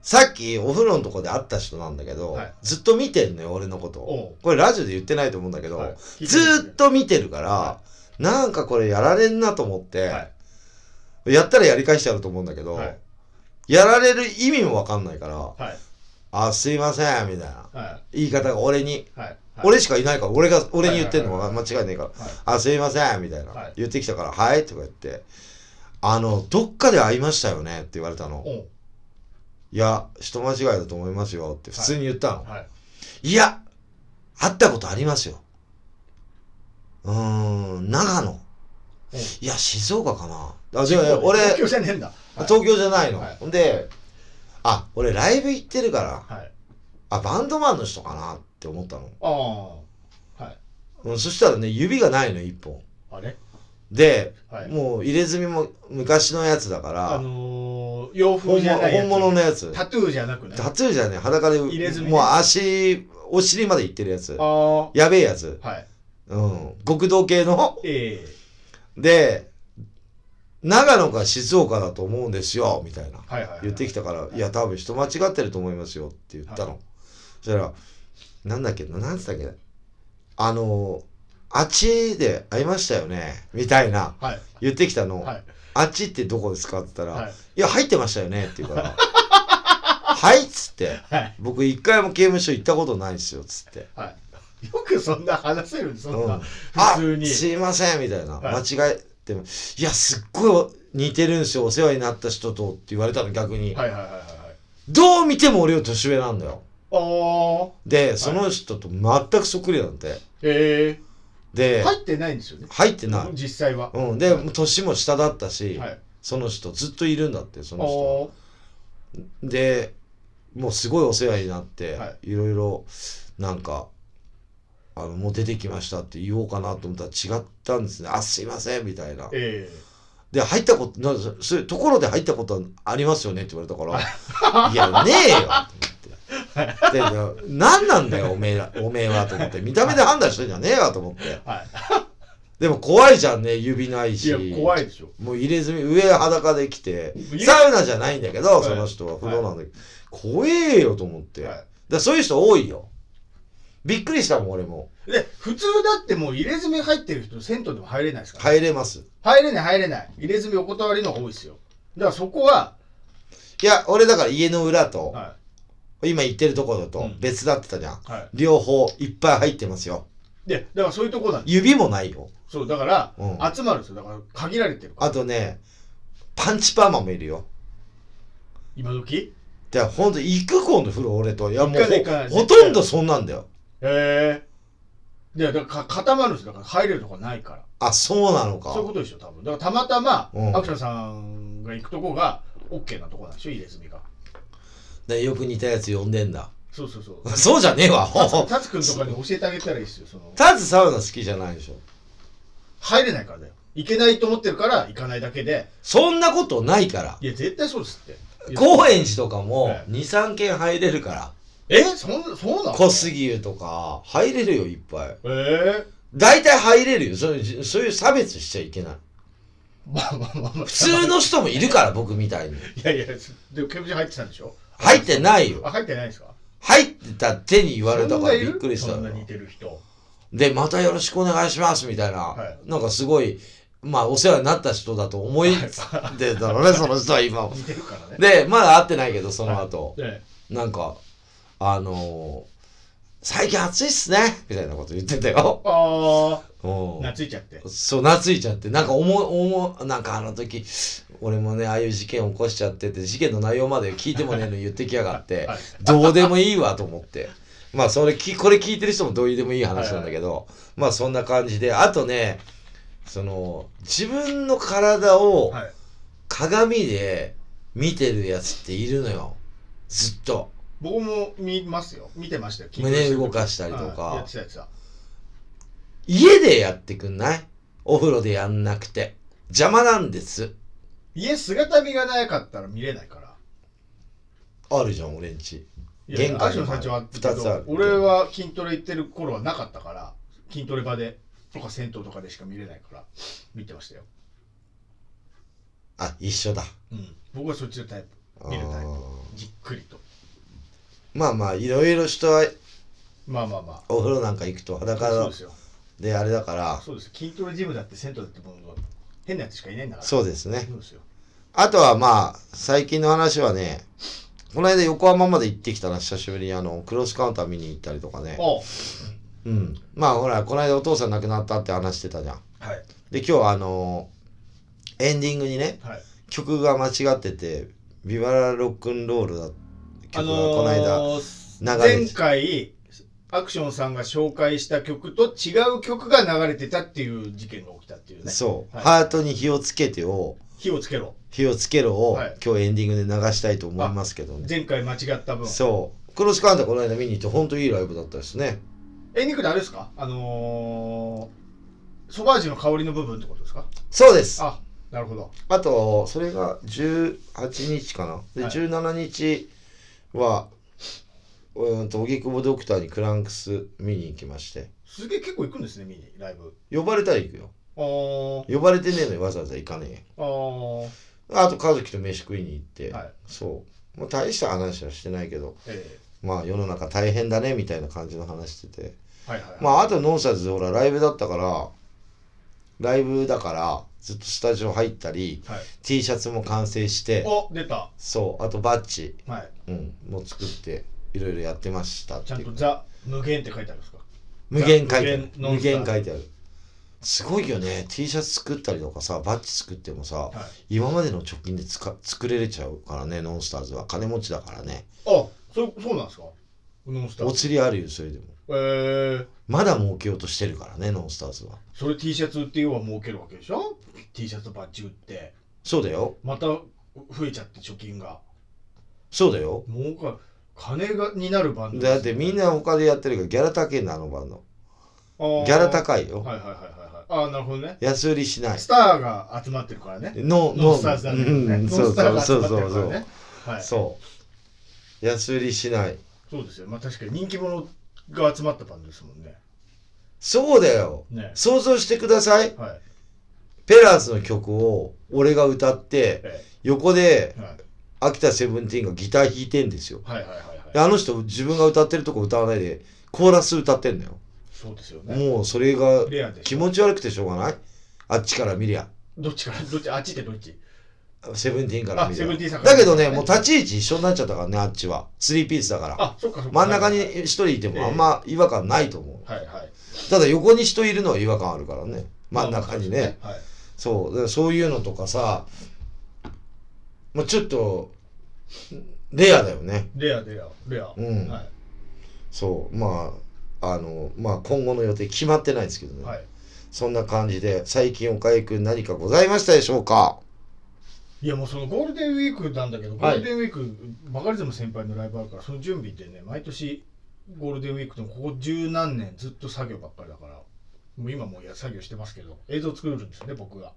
Speaker 1: さっきお風呂のとこで会った人なんだけど、
Speaker 2: はい
Speaker 1: ずっと見てんのよ俺のこと
Speaker 2: お
Speaker 1: を
Speaker 2: う
Speaker 1: これラジオで言ってないと思うんだけ
Speaker 2: ー
Speaker 1: ど、
Speaker 2: はい聞いて
Speaker 1: ず
Speaker 2: ます
Speaker 1: ーっと見てるから、
Speaker 2: は
Speaker 1: なんかこれやられんなと思って、
Speaker 2: はい
Speaker 1: やったらやり返してやると思うんだけど、
Speaker 2: はい
Speaker 1: やられる意味もわかんないから
Speaker 2: はい
Speaker 1: 「あすいません」みたいな
Speaker 2: はい
Speaker 1: 言い方が俺に、
Speaker 2: はい。
Speaker 1: 俺しかいないから俺が俺に言ってんの
Speaker 2: は
Speaker 1: が間違いないから「
Speaker 2: はい
Speaker 1: あすいません」みたいな、
Speaker 2: はい
Speaker 1: 言ってきたから「はい」とか言って「あのどっかで会いましたよね」って言われたの
Speaker 2: おう
Speaker 1: 「いや人間違いだと思いますよ」って普通に言ったの、
Speaker 2: はい。
Speaker 1: い、や会ったことありますようーん長野
Speaker 2: うん
Speaker 1: いや静岡かなあじゃあ俺
Speaker 2: 東京じゃねえんだ。はい
Speaker 1: 東京じゃないの、
Speaker 2: はい
Speaker 1: ほんであ俺ライブ行ってるから
Speaker 2: はい。
Speaker 1: あバンドマンの人かなって思ったの、
Speaker 2: ああ。はい。
Speaker 1: うん、そしたらね指がないの一本
Speaker 2: あれ
Speaker 1: で、
Speaker 2: はい。
Speaker 1: もう入れ墨も昔のやつだから、
Speaker 2: あのー、洋風
Speaker 1: 本
Speaker 2: じゃ
Speaker 1: 物
Speaker 2: ないやつ。
Speaker 1: 本物のやつ
Speaker 2: タトゥーじゃなくね。あ
Speaker 1: タトゥーじゃね裸で
Speaker 2: 入れ墨ね
Speaker 1: もう足お尻までいってるやつ
Speaker 2: あー。
Speaker 1: やべえやつ
Speaker 2: はい。
Speaker 1: うん極道系の
Speaker 2: ええ
Speaker 1: で長野か静岡だと思うんですよみたいな
Speaker 2: はいはいはい。
Speaker 1: 言ってきたから「いや多分人間違ってると思いますよ」って言ったの、
Speaker 2: は
Speaker 1: そしたら「なんだっけななんつったっけなあのあっちで会いましたよね」みたいな
Speaker 2: はい。
Speaker 1: 言ってきたの、
Speaker 2: はい。
Speaker 1: あっちってどこですか?」って言ったら「
Speaker 2: はい
Speaker 1: い、や入ってましたよね」って言うから 「はい」っつって
Speaker 2: はい。
Speaker 1: 「僕一回も刑務所行ったことないですよ」っつって。
Speaker 2: はい。よくそんな話せるんそん
Speaker 1: う
Speaker 2: な。
Speaker 1: ん
Speaker 2: 普通に
Speaker 1: あすいませんみたいな、
Speaker 2: はい
Speaker 1: 間違えてもいやすっごい似てるんですよお世話になった人とって言われたの逆に、
Speaker 2: はいはいはいはい。
Speaker 1: どう見ても俺より年上なんだよ
Speaker 2: ああ。
Speaker 1: でその人と全くそっくりなんて
Speaker 2: ええ
Speaker 1: で、
Speaker 2: 入ってないんですよね。
Speaker 1: 入ってない、
Speaker 2: 実際は。
Speaker 1: うん、でもう年も下だったし、
Speaker 2: はい。
Speaker 1: その人ずっといるんだってそ
Speaker 2: あ
Speaker 1: の人
Speaker 2: あ。
Speaker 1: でもうすごいお世話になって、、
Speaker 2: はい
Speaker 1: ろいろなんかあの「もう出てきました」って言おうかなと思ったら違ったんですね「あすいません」みたいな
Speaker 2: ええ
Speaker 1: で入ったことなんかそういうところで入ったことありますよねって言われた から「いやねえよ」と思ってで「何なんだよおめえらおめえは」と思って見た目で判断してんじゃねえわと思って
Speaker 2: は
Speaker 1: でも怖いじゃんね指ない
Speaker 2: い。
Speaker 1: し
Speaker 2: いや、怖いでしょ。
Speaker 1: もう入れ墨上裸で来て
Speaker 2: 入れ
Speaker 1: サウナじゃないんだけど
Speaker 2: い
Speaker 1: その人は風呂なんだけど、怖えよと思って、
Speaker 2: は
Speaker 1: でそういう人多いよびっくりしたもん俺も
Speaker 2: い。で、普通だってもう入れ墨入ってる人、銭湯でも入れないですから。
Speaker 1: 入れます
Speaker 2: 入れない、入れない。入れ墨お断りの方が多いですよ。だからそこは、
Speaker 1: いや俺だから家の裏と、
Speaker 2: は
Speaker 1: 今行ってるところ
Speaker 2: う
Speaker 1: と
Speaker 2: ん
Speaker 1: 別だってたじゃん
Speaker 2: い。は
Speaker 1: 両方いっぱい入ってますよ
Speaker 2: い。で、だからそういうとこなんで
Speaker 1: 指もないよ
Speaker 2: す。そう、だから、
Speaker 1: うん
Speaker 2: 集まるんですよ。だから限られてるから。
Speaker 1: あとねパンチパーマもいるよ
Speaker 2: 今時
Speaker 1: でほんと行く今度風呂俺といやもう
Speaker 2: 行かない行かない
Speaker 1: ほほとんどそんなんだよ
Speaker 2: へえ。で、だからか固まるんですよ。だから入れるとこないから。
Speaker 1: あそうなのか
Speaker 2: そういうことでしょ、多分。だからたまたま、
Speaker 1: うん
Speaker 2: アクションさんが行くとこが、OK なとこなんでしょ、入れ墨が。
Speaker 1: でよく似たやつ呼んでんだ
Speaker 2: そうそうそう。
Speaker 1: そうじゃねえわほほ
Speaker 2: タツくんとかに教えてあげたらいいですよ。その
Speaker 1: タズサウナ好きじゃないでしょ
Speaker 2: 入れないからだよ。行けないと思ってるから行かないだけで。
Speaker 1: そんなことないから
Speaker 2: いや、絶対そうですって。
Speaker 1: 高円寺とかも
Speaker 2: え
Speaker 1: 23軒入れるか
Speaker 2: えそんそう
Speaker 1: ら
Speaker 2: なの
Speaker 1: 小杉湯とか入れるよいっぱい
Speaker 2: ええ
Speaker 1: 大体入れるよそういうそういう差別しちゃいけない
Speaker 2: まあまあまあまあ。
Speaker 1: 普通の人もいるから僕みたいに
Speaker 2: いやいや、でも刑務所入ってたんでしょ
Speaker 1: 入ってないよ
Speaker 2: あ、入ってないですか
Speaker 1: 入ってた手に言われた
Speaker 2: そん
Speaker 1: から
Speaker 2: ない
Speaker 1: びっ
Speaker 2: る
Speaker 1: くりした
Speaker 2: そん
Speaker 1: の
Speaker 2: な似てる人。
Speaker 1: でまたよろしくお願いしますみたいな、
Speaker 2: は
Speaker 1: なんかすごいまあお世話になった人だと思いでだろうねその人は今も
Speaker 2: 似てるからね。
Speaker 1: でまだ会ってないけどその後、
Speaker 2: ね
Speaker 1: なんかあのー最近暑いっすねみたいなこと言ってたよ。
Speaker 2: ああ、
Speaker 1: うん
Speaker 2: 懐いちゃって。
Speaker 1: そう、懐いちゃって、なんか思い、思い、なんかあの時、俺もね、ああいう事件起こしちゃってて、事件の内容まで聞いてもねえのに言ってきやがって、
Speaker 2: はい
Speaker 1: どうでもいいわと思って。まあ、それき、これ聞いてる人もどうでもいい話なんだけど、まあ、そんな感じで、あとね、その、自分の体を
Speaker 2: はい。
Speaker 1: 鏡で見てるやつっているのよ。ずっと。
Speaker 2: 僕も見ますよ。見てましたよ。
Speaker 1: 胸動かしたりとか
Speaker 2: はいやってたやつだ。
Speaker 1: 家でやってくんないお風呂でやんなくて。邪魔なんです。
Speaker 2: 家姿見がなかったら見れないから。
Speaker 1: あるじゃん、俺んち。
Speaker 2: いや
Speaker 1: 玄関
Speaker 2: 足
Speaker 1: の
Speaker 2: の
Speaker 1: 前
Speaker 2: 先は二
Speaker 1: 二
Speaker 2: つ
Speaker 1: つある
Speaker 2: 俺は筋トレ行ってる頃はなかったから筋トレ場でとか銭湯とかでしか見れないから見てましたよ、
Speaker 1: あ、一緒だ。
Speaker 2: うん、僕はそっちのタイプ見るタイプじっくりと
Speaker 1: まあまあいろいろ人は
Speaker 2: まあまあま
Speaker 1: お風呂なんか行くと
Speaker 2: あそう
Speaker 1: 裸
Speaker 2: ですよ
Speaker 1: であれだから
Speaker 2: そうです筋トレジムだって銭湯だってもう変なやつしかいないんだから
Speaker 1: そうですね
Speaker 2: そうですよ
Speaker 1: あとはまあ最近の話はねこの間横浜まで行ってきたな久しぶりにあのクロスカウンター見に行ったりとかね
Speaker 2: おう
Speaker 1: うんまあほらこの間お父さん亡くなったって話してたじゃん
Speaker 2: はい
Speaker 1: で今日あのエンディングにね
Speaker 2: はい
Speaker 1: 曲が間違っててビバラロックンロールだ曲がこの間
Speaker 2: ー
Speaker 1: 流れて
Speaker 2: 前回アクションさんが紹介した曲と違う曲が流れてたっていう事件が起きたっていうね。
Speaker 1: そう、
Speaker 2: はい
Speaker 1: ハートに火をつけてを、
Speaker 2: 火をつけろ。
Speaker 1: 火をつけろを、
Speaker 2: はい
Speaker 1: 今日エンディングで流したいと思いますけどね。
Speaker 2: 前回間違った分。
Speaker 1: そう。クロスカンタこの間見に行って、本当いいライブだったですね。
Speaker 2: エンディングであれですかあのー、ソバージュの香りの部分ってことですか
Speaker 1: そうです。あ
Speaker 2: あ、なるほど。
Speaker 1: と、それが18日かな。で、
Speaker 2: はい
Speaker 1: 17日は、うーんと、荻窪ドクターにクランクス見に行きまして、
Speaker 2: すげえ結構行くんですね、見に、ライブ。
Speaker 1: 呼ばれたら行くよ。
Speaker 2: あー、
Speaker 1: 呼ばれてねえのにわざわざ行かねえよ。
Speaker 2: あー、
Speaker 1: あと家族と飯食いに行って、
Speaker 2: はい
Speaker 1: そうもう大した話はしてないけど
Speaker 2: え
Speaker 1: まあ世の中大変だねみたいな感じの話してて
Speaker 2: ー、はいはい、はい。
Speaker 1: まああとノンサーズほらライブだったからライブだからずっとスタジオ入ったり
Speaker 2: はい、
Speaker 1: T シャツも完成して
Speaker 2: お、出た。
Speaker 1: そうあとバッジ、
Speaker 2: はい。
Speaker 1: うん、も作っていろいろやってましたって
Speaker 2: ちゃん
Speaker 1: い
Speaker 2: と
Speaker 1: う
Speaker 2: ザ・無限って書いてあるんですか
Speaker 1: 無限書いてある
Speaker 2: 無限ノ
Speaker 1: 無
Speaker 2: ンスター
Speaker 1: 限書いてあるすごいよね T シャツ作ったりとかさバッジ作ってもさ、
Speaker 2: はい。
Speaker 1: 今までの貯金でつか作れれちゃうからねノンスターズは金持ちだからね
Speaker 2: あ、そう、そうなんですかノンスタ
Speaker 1: お
Speaker 2: ー。
Speaker 1: 釣りあるよそれでも
Speaker 2: えー、
Speaker 1: まだ儲けようとしてるからねノンスターズは
Speaker 2: それ T シャツ売って要は儲けるわけでしょ ?T シャツバッジ売って。
Speaker 1: そうだよ
Speaker 2: また増えちゃって貯金が。
Speaker 1: そうだよ
Speaker 2: 儲かる。金がになるバンドです
Speaker 1: だってみんな他でやってるからギャラ高いなあのバンド
Speaker 2: あー
Speaker 1: ギャラ高いよ、
Speaker 2: はいはいはいはいはい。ああ、なるほどね。
Speaker 1: 安売りしない
Speaker 2: スターが集まってるからね。
Speaker 1: ノ
Speaker 2: ノンスターズだね。
Speaker 1: うん
Speaker 2: ノン
Speaker 1: そう
Speaker 2: スターが集
Speaker 1: そう
Speaker 2: まっ
Speaker 1: そ
Speaker 2: て
Speaker 1: う
Speaker 2: るか
Speaker 1: そ
Speaker 2: ら
Speaker 1: う、
Speaker 2: ね。はい。そう
Speaker 1: そう安売りしない
Speaker 2: ですよ。まあ確かに人気者が集まったバンドですもんね。
Speaker 1: そうだよ
Speaker 2: ね。
Speaker 1: 想像してください
Speaker 2: はい。
Speaker 1: ペラーズの曲を俺が歌って
Speaker 2: え
Speaker 1: 横で
Speaker 2: えはい
Speaker 1: 秋田セブンティーンがギター弾いてんですよ
Speaker 2: はいはいはい
Speaker 1: で
Speaker 2: はい。
Speaker 1: あの人自分が歌ってるとこ歌わないでコーラス歌ってんだよ、
Speaker 2: そうですよね。
Speaker 1: もうそれが
Speaker 2: レアでし
Speaker 1: 気
Speaker 2: ょ。
Speaker 1: 持ち悪くてしょうがないあっちから見りゃ
Speaker 2: どっちから、どっち、あっちってどっち
Speaker 1: セブンティーンから
Speaker 2: あ
Speaker 1: 見りゃ
Speaker 2: セブンティーンさんから
Speaker 1: だけどね
Speaker 2: ね
Speaker 1: もう立ち位置一緒になっちゃったからねあっちはスリーピースだから
Speaker 2: あ、そっかそっか。
Speaker 1: 真ん中に一人いて
Speaker 2: ええ
Speaker 1: もあんま違和感ないと思
Speaker 2: はいはい。
Speaker 1: うただ横に人いるのは違和感あるからね真ん中にね、
Speaker 2: まあ。はい。
Speaker 1: そうだからそういうのとかさもうちょっとレアだよね
Speaker 2: レアレアレア。
Speaker 1: うん
Speaker 2: はい。
Speaker 1: そうまああのまあ今後の予定決まってないですけどね、
Speaker 2: はい。
Speaker 1: そんな感じで、最近岡井くん何かございましたでしょうか
Speaker 2: いやもうそのゴールデンウィークなんだけど、ゴ
Speaker 1: は
Speaker 2: ー
Speaker 1: い
Speaker 2: ルデンウィーク、バカリズム先輩のライブあるから、その準備でね、毎年ゴールデンウィークでもここ十何年ずっと作業ばっかりだから、もう今もうや作業してますけど、映像作るんですよね、僕が。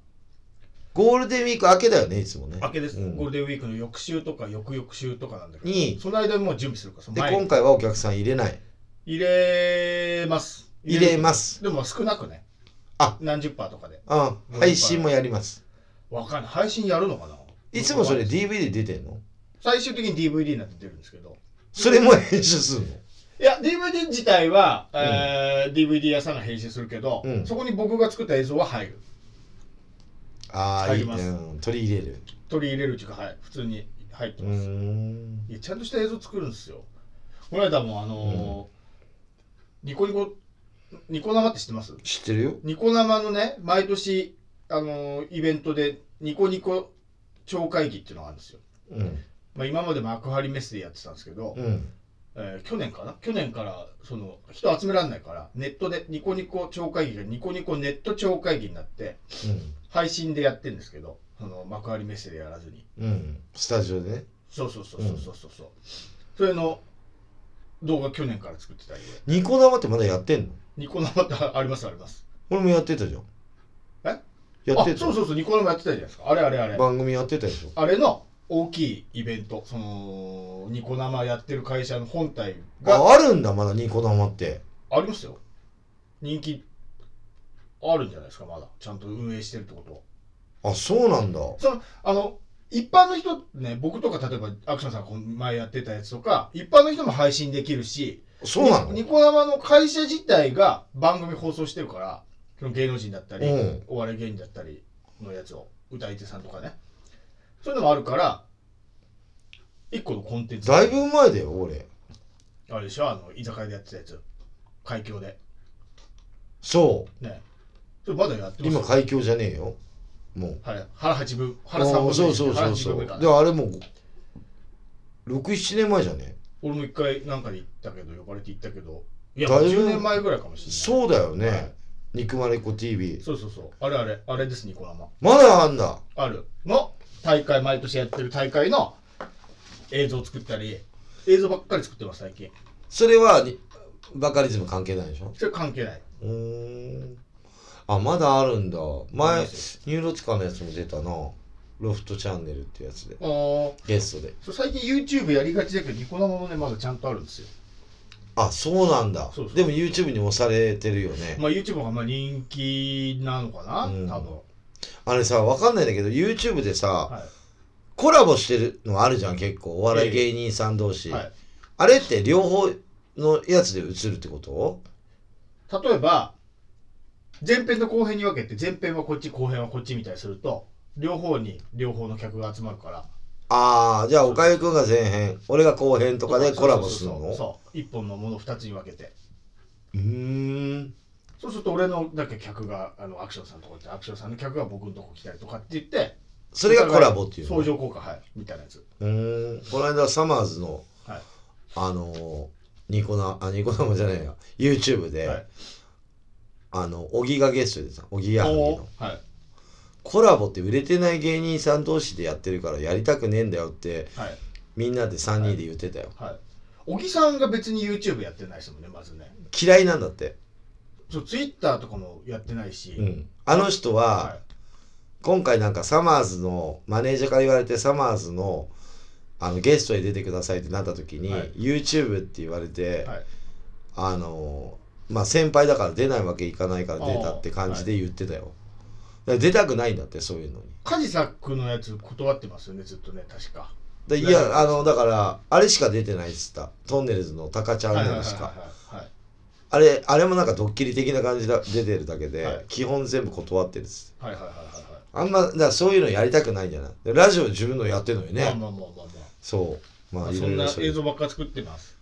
Speaker 1: ゴールデンウィーク明けだよね、いつもね。
Speaker 2: 明けです、
Speaker 1: うん
Speaker 2: ゴールデンウィークの翌週とか翌々週とかなんだけど、
Speaker 1: に
Speaker 2: その間にもう準備するから、その
Speaker 1: で、
Speaker 2: 前
Speaker 1: 今
Speaker 2: に
Speaker 1: 回はお客さん入れない。
Speaker 2: 入れます。。
Speaker 1: 入れますす。
Speaker 2: でも少なくね。
Speaker 1: あ
Speaker 2: 何十パーとかで。
Speaker 1: うん。配信もやります。
Speaker 2: わかんない。配信やるのかない
Speaker 1: いつもそれ DVD 出てんの
Speaker 2: 最終的に DVD になって出るんですけど。
Speaker 1: それも編集するの
Speaker 2: いや、DVD 自体は、えー DVD 屋さんが編集するけど、
Speaker 1: うん
Speaker 2: そこに僕が作った映像は入る。
Speaker 1: ああ、いい。
Speaker 2: 入ります
Speaker 1: うん。取り入れる。
Speaker 2: 取り入れるうちが、はい、普通に入って
Speaker 1: う
Speaker 2: ます、
Speaker 1: ーん。
Speaker 2: いや。ちゃんとした映像作るんですよ。この間も、あのーニコニコ、ニコ生って知ってます
Speaker 1: 知ってるよ。
Speaker 2: ニコ生のね、毎年、あのーイベントで、ニコニコ超会議っていうのがあるんですよ。
Speaker 1: うん。
Speaker 2: まあ、今まで幕張メッセでやってたんですけど、
Speaker 1: うん。
Speaker 2: えー去年かな去年からその人集められないからネットでニコニコ超会議がニコニコネット超会議になって配信でやってるんですけどその幕張メッセでやらずに
Speaker 1: うん。うん。スタジオでね。
Speaker 2: そうそうそうそうそうそうそうそれの動画去年から作ってたり
Speaker 1: ニコ生ってまだやってんの
Speaker 2: ニコ生ってありますあります
Speaker 1: 俺もやってたじゃん。
Speaker 2: え
Speaker 1: やって
Speaker 2: あ
Speaker 1: た。
Speaker 2: そうそうそうニコ生やってたじゃないですかあれあれあれ
Speaker 1: 番組やってたでしょ。
Speaker 2: あれの大きいイベントそのニコ生やってる会社の本体が
Speaker 1: あ、あるんだ、まだニコ生って。
Speaker 2: ありますよ人気あるんじゃないですかまだちゃんと運営してるってことは
Speaker 1: あ、そうなんだ。
Speaker 2: そのあの一般の人ね僕とか例えばアクションさんがこの前やってたやつとか一般の人も配信できるし
Speaker 1: そうなの
Speaker 2: ニニコ生の会社自体が番組放送してるからその芸能人だったり、
Speaker 1: うん
Speaker 2: お笑い芸人だったりのやつを歌い手さんとかねそういうのもあるから一個のコンテンツ
Speaker 1: だいぶ前だよ俺
Speaker 2: あれでしょあの居酒屋でやってたやつ海峡で
Speaker 1: そう
Speaker 2: ねそれまだやってます
Speaker 1: 今
Speaker 2: よ
Speaker 1: 海峡じゃねえよもう
Speaker 2: はい、腹八分腹三分目
Speaker 1: そうそう
Speaker 2: 腹
Speaker 1: そう
Speaker 2: 八
Speaker 1: そ
Speaker 2: 分
Speaker 1: う
Speaker 2: 目
Speaker 1: で
Speaker 2: かな
Speaker 1: あれもう67年前じゃね
Speaker 2: 俺も一回なんかで行ったけど呼ばれて行ったけどいや
Speaker 1: だいぶ
Speaker 2: 10年前ぐらいかもしれない
Speaker 1: そうだよね、
Speaker 2: はい
Speaker 1: 肉まれっこ TV
Speaker 2: そうそうそうあれあれあれですニコ生
Speaker 1: まだあんだ
Speaker 2: あるの大会毎年やってる大会の映像を作ったり映像ばっかり作ってます最近
Speaker 1: それはにバカリズム関係ないでしょ
Speaker 2: それ関係ないう
Speaker 1: ーんあまだあるんだ
Speaker 2: あり
Speaker 1: 前
Speaker 2: ます
Speaker 1: ニューロティカのやつも出たなロフトチャンネルってやつで
Speaker 2: あー
Speaker 1: ゲストで
Speaker 2: そう最近 YouTube やりがちだけどニコ生もねまだちゃんとあるんですよ
Speaker 1: あそうなんだ
Speaker 2: そうそう
Speaker 1: でも YouTube に押されてるよね、
Speaker 2: まあ YouTube がまあ人気なのかな、
Speaker 1: うん
Speaker 2: 多分
Speaker 1: あれさわかんないんだけど YouTube でさ、
Speaker 2: は
Speaker 1: コラボしてるのあるじゃん結構お笑い
Speaker 2: ええ
Speaker 1: 芸人さん同士、
Speaker 2: い、はい、
Speaker 1: あれって両方のやつで映るってこと
Speaker 2: 例えば前編と後編に分けて前編はこっち後編はこっちみたいにすると両方に両方の客が集まるから
Speaker 1: ああじゃあおかゆくんが前編俺が後編とかでコラボする
Speaker 2: そうそうそう
Speaker 1: の
Speaker 2: そう一本のものを2つに分けて
Speaker 1: うーん
Speaker 2: そうすると俺のだけ客があのアクションさんのとこ行ってアクションさんの客が僕のとこ来たりとかって言って
Speaker 1: それがコラボっていうの
Speaker 2: 相乗効果はいみたいなやつ
Speaker 1: うーんこの間サマーズの、
Speaker 2: はい
Speaker 1: あのーニコなあニコ生じゃないや YouTube で、
Speaker 2: はい
Speaker 1: あの小木がゲストでさ小木やはぎ
Speaker 2: お
Speaker 1: の
Speaker 2: ーはい
Speaker 1: コラボって売れてない芸人さん同士でやってるからやりたくねえんだよって
Speaker 2: はい
Speaker 1: みんなで3人で言ってたよ、
Speaker 2: はい小木さんが別に YouTube やってないですもんねまずね
Speaker 1: 嫌いなんだって、
Speaker 2: そう Twitter とかもやってないし、
Speaker 1: うん、あの人は、
Speaker 2: は
Speaker 1: 今回なんかサマーズのマネージャーから言われてサマーズのあのゲストへ出てくださいってなった時に、
Speaker 2: はい
Speaker 1: YouTube って言われて、
Speaker 2: いはい
Speaker 1: あのまあ先輩だから出ないわけいかないから出たって感じで言ってたよ、だから出たくないんだってそういうのに
Speaker 2: 梶作のやつ断ってますよねずっとね確か
Speaker 1: でいやあのだからあれしか出てないっつったトンネルズのタカチャン
Speaker 2: はい
Speaker 1: ネ
Speaker 2: はい
Speaker 1: ルし
Speaker 2: はいは
Speaker 1: か
Speaker 2: いはい
Speaker 1: あれあれもなんかドッキリ的な感じで出てるだけで、
Speaker 2: はい
Speaker 1: 基本全部断ってるっつって
Speaker 2: はいはいはいはいはい
Speaker 1: あんまだからそういうのやりたくないんじゃないでラジオ自分のやってるのにね、
Speaker 2: まあまあまあまあ
Speaker 1: そう
Speaker 2: まあ、
Speaker 1: まあい
Speaker 2: そ
Speaker 1: ろい
Speaker 2: ん
Speaker 1: ろ
Speaker 2: な
Speaker 1: そうい
Speaker 2: 映
Speaker 1: う
Speaker 2: 像ばっか作ってます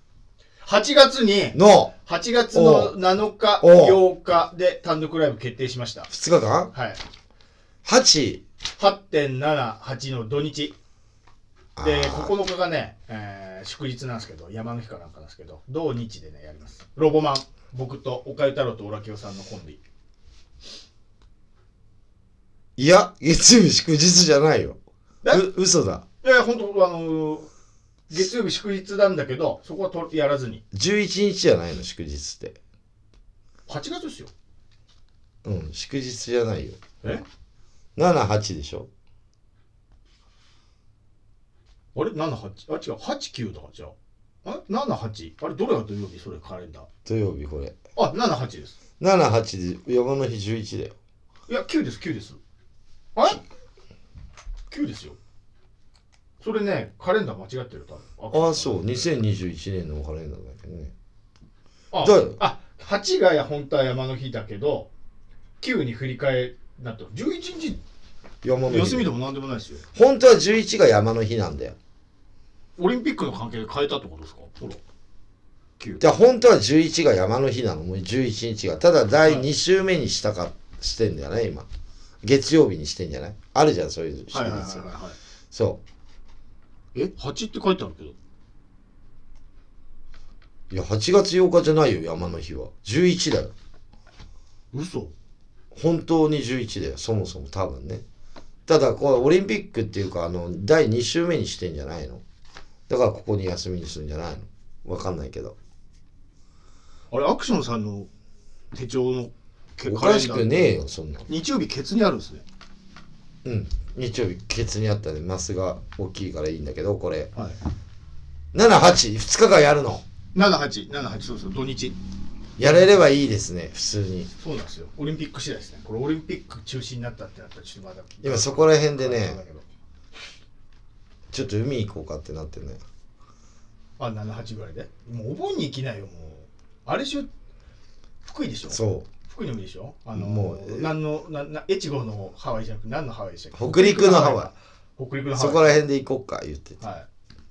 Speaker 2: 8月に
Speaker 1: の
Speaker 2: 8月の7日
Speaker 1: お
Speaker 2: 8日で単独ライブ決定しました
Speaker 1: 2日間
Speaker 2: はい
Speaker 1: ?8
Speaker 2: 8.78の土日
Speaker 1: あ
Speaker 2: で
Speaker 1: ー
Speaker 2: 9日がね、えー祝日なんですけど山の日かなんかなんですけど同日でねやりますロボマン僕と岡井太郎とオラキオさんのコンビ
Speaker 1: いや月曜日祝日じゃないよ
Speaker 2: え
Speaker 1: う嘘だ
Speaker 2: いや本当あのー月曜日祝日なんだけどそこはとやらずに
Speaker 1: 11日じゃないの祝日って
Speaker 2: 8月ですよ
Speaker 1: うん祝日じゃないよ
Speaker 2: え
Speaker 1: 78でしょ
Speaker 2: あれ78あ違う89だからじゃあえ78あれどれが土曜日それカレンダー
Speaker 1: 土曜日これ
Speaker 2: あ78です
Speaker 1: 78で山の日11だよ
Speaker 2: いや、9です、9です。あれ ?9 ですよ。それね、カレンダー間違ってる、多分。
Speaker 1: ああそう2021年のカレンダーだけどね
Speaker 2: あ
Speaker 1: どう
Speaker 2: あ、8がや本当は山の日だけど、9に振り替えなと。11日、
Speaker 1: 山の日
Speaker 2: 休みでもなんでもないですよ。
Speaker 1: 本当は11が山の日なんだよ
Speaker 2: オリンピックの関係で変えたってことですかほら。9。
Speaker 1: じゃあ本当は11が山の日なのもう11日がただ第2週目にしたかしてんだよね今月曜日にしてんじゃないあるじゃんそういう祝日、
Speaker 2: はいはいはいはいはい。
Speaker 1: そ
Speaker 2: え ?8 って書いてあるけど。
Speaker 1: ういや8月8日じゃないよ山の日は11だよ
Speaker 2: 嘘
Speaker 1: 本当に11だよそもそも多分ねただこうオリンピックっていうかあの第2週目にしてんじゃないのだからここに休みにするんじゃないのわかんないけど
Speaker 2: あれ、アクションさんの手帳の
Speaker 1: おかしくねえよそんなの
Speaker 2: 日曜日、ケツにあるんですね。
Speaker 1: うん日曜日ケツにあったねマスが大きいからいいんだけどこれ
Speaker 2: はい。
Speaker 1: 782日間やるの
Speaker 2: 7878そうそう土日
Speaker 1: やれればいいですね普通に
Speaker 2: そうなんですよオリンピック次第ですねこれオリンピック中止になったってなったらちょっとまだ
Speaker 1: 今そこら辺で
Speaker 2: そうだ
Speaker 1: ね
Speaker 2: けど
Speaker 1: ちょっと海行こうかってなってね
Speaker 2: あ78ぐらいでもうお盆に行きないよもうあれしゅ福井でしょ
Speaker 1: そう
Speaker 2: 福井の海でしょあの
Speaker 1: もうえ
Speaker 2: 何のなな越後のハワイじゃなく何のハワイでしたっけ
Speaker 1: 北陸のハワ
Speaker 2: イ北陸のハ
Speaker 1: そ
Speaker 2: ワイ
Speaker 1: こら辺で行こうか言ってて
Speaker 2: は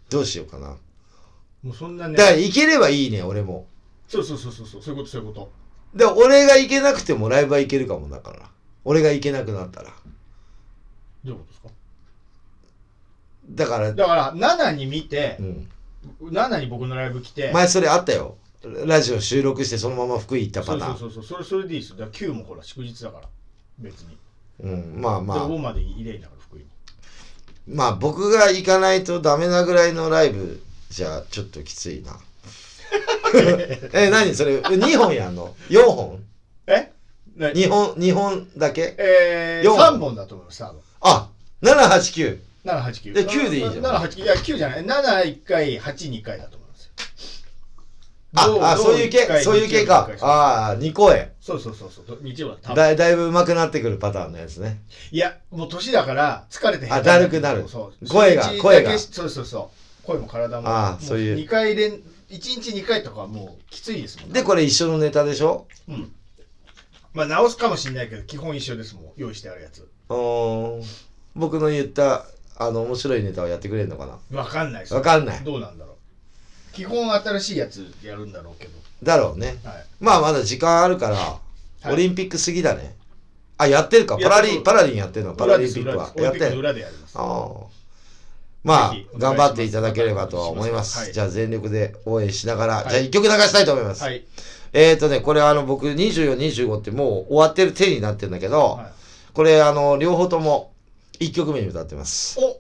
Speaker 1: どうしようかない
Speaker 2: もうそんなね
Speaker 1: だから行ければいいね俺も
Speaker 2: そうそうそうそうそうそういうことそういうこと
Speaker 1: で俺が行けなくてもライブは行けるかもだから俺が行けなくなったら
Speaker 2: どういうことですか
Speaker 1: だから
Speaker 2: だから7に見て
Speaker 1: う、ん
Speaker 2: 7に僕のライブ来て
Speaker 1: 前それあったよラジオ収録してそのまま福井行った
Speaker 2: そ
Speaker 1: パ
Speaker 2: う
Speaker 1: ター
Speaker 2: そう
Speaker 1: ン
Speaker 2: そうそうそれそれでいいですよだから9もほら祝日だから別に
Speaker 1: うんまあま
Speaker 2: まあ、
Speaker 1: あ
Speaker 2: 5まで入れんだから福井に
Speaker 1: まあ僕が行かないとダメなぐらいのライブじゃちょっときつい なえ何それ2本やんの4本
Speaker 2: えな
Speaker 1: 2本2本だけ
Speaker 2: えー、
Speaker 1: 四
Speaker 2: 3本だと思います多分
Speaker 1: あ789
Speaker 2: 789
Speaker 1: え九でいいじゃん
Speaker 2: 789いや9じゃない71回82回だと思いますよど
Speaker 1: ああ
Speaker 2: ど
Speaker 1: そういう
Speaker 2: 一
Speaker 1: 系
Speaker 2: 回
Speaker 1: そういう系か
Speaker 2: 日曜日一回
Speaker 1: ああ2声
Speaker 2: そうそうそうそうど日曜は多分
Speaker 1: だいだいぶ上手くなってくるパターンのやつね
Speaker 2: いやもう年だから疲れて
Speaker 1: あだるくなる
Speaker 2: そう
Speaker 1: 声が
Speaker 2: 一日だけ
Speaker 1: 声が
Speaker 2: そうそうそう声も体も
Speaker 1: ああそういう
Speaker 2: 2回連1日2回とかはもうきついですもん
Speaker 1: でこれ一緒のネタでしょ
Speaker 2: うんまあ直すかもしれないけど基本一緒ですもん用意してあるやつ
Speaker 1: うーん僕の言ったあの面白いネタをやってくれるのかな
Speaker 2: わかんないです
Speaker 1: わかんない
Speaker 2: どうなんだろう基本新しいやつやるんだろうけど
Speaker 1: だろうね
Speaker 2: はい
Speaker 1: まあまだ時間あるから、
Speaker 2: い
Speaker 1: オリンピック過ぎだね。あ、やってるか。
Speaker 2: いや
Speaker 1: パラリ
Speaker 2: そう
Speaker 1: ン、パラリンやってるの。パラリンピックは。
Speaker 2: 裏
Speaker 1: やっ
Speaker 2: で
Speaker 1: て
Speaker 2: す裏ですオリンピックの
Speaker 1: る。
Speaker 2: 裏でやります。
Speaker 1: ああ。まあ
Speaker 2: ぜひ、お願
Speaker 1: 頑
Speaker 2: いします
Speaker 1: 張っていただければとは思います。
Speaker 2: はい
Speaker 1: じゃあ全力で応援しながら、
Speaker 2: はい
Speaker 1: じゃあ一曲流したいと思います。
Speaker 2: はい。
Speaker 1: えっ、ー、とね、これあの僕24、25ってもう終わってる手になってるんだけど、
Speaker 2: はい
Speaker 1: これあの、両方とも1曲目に歌ってます。
Speaker 2: お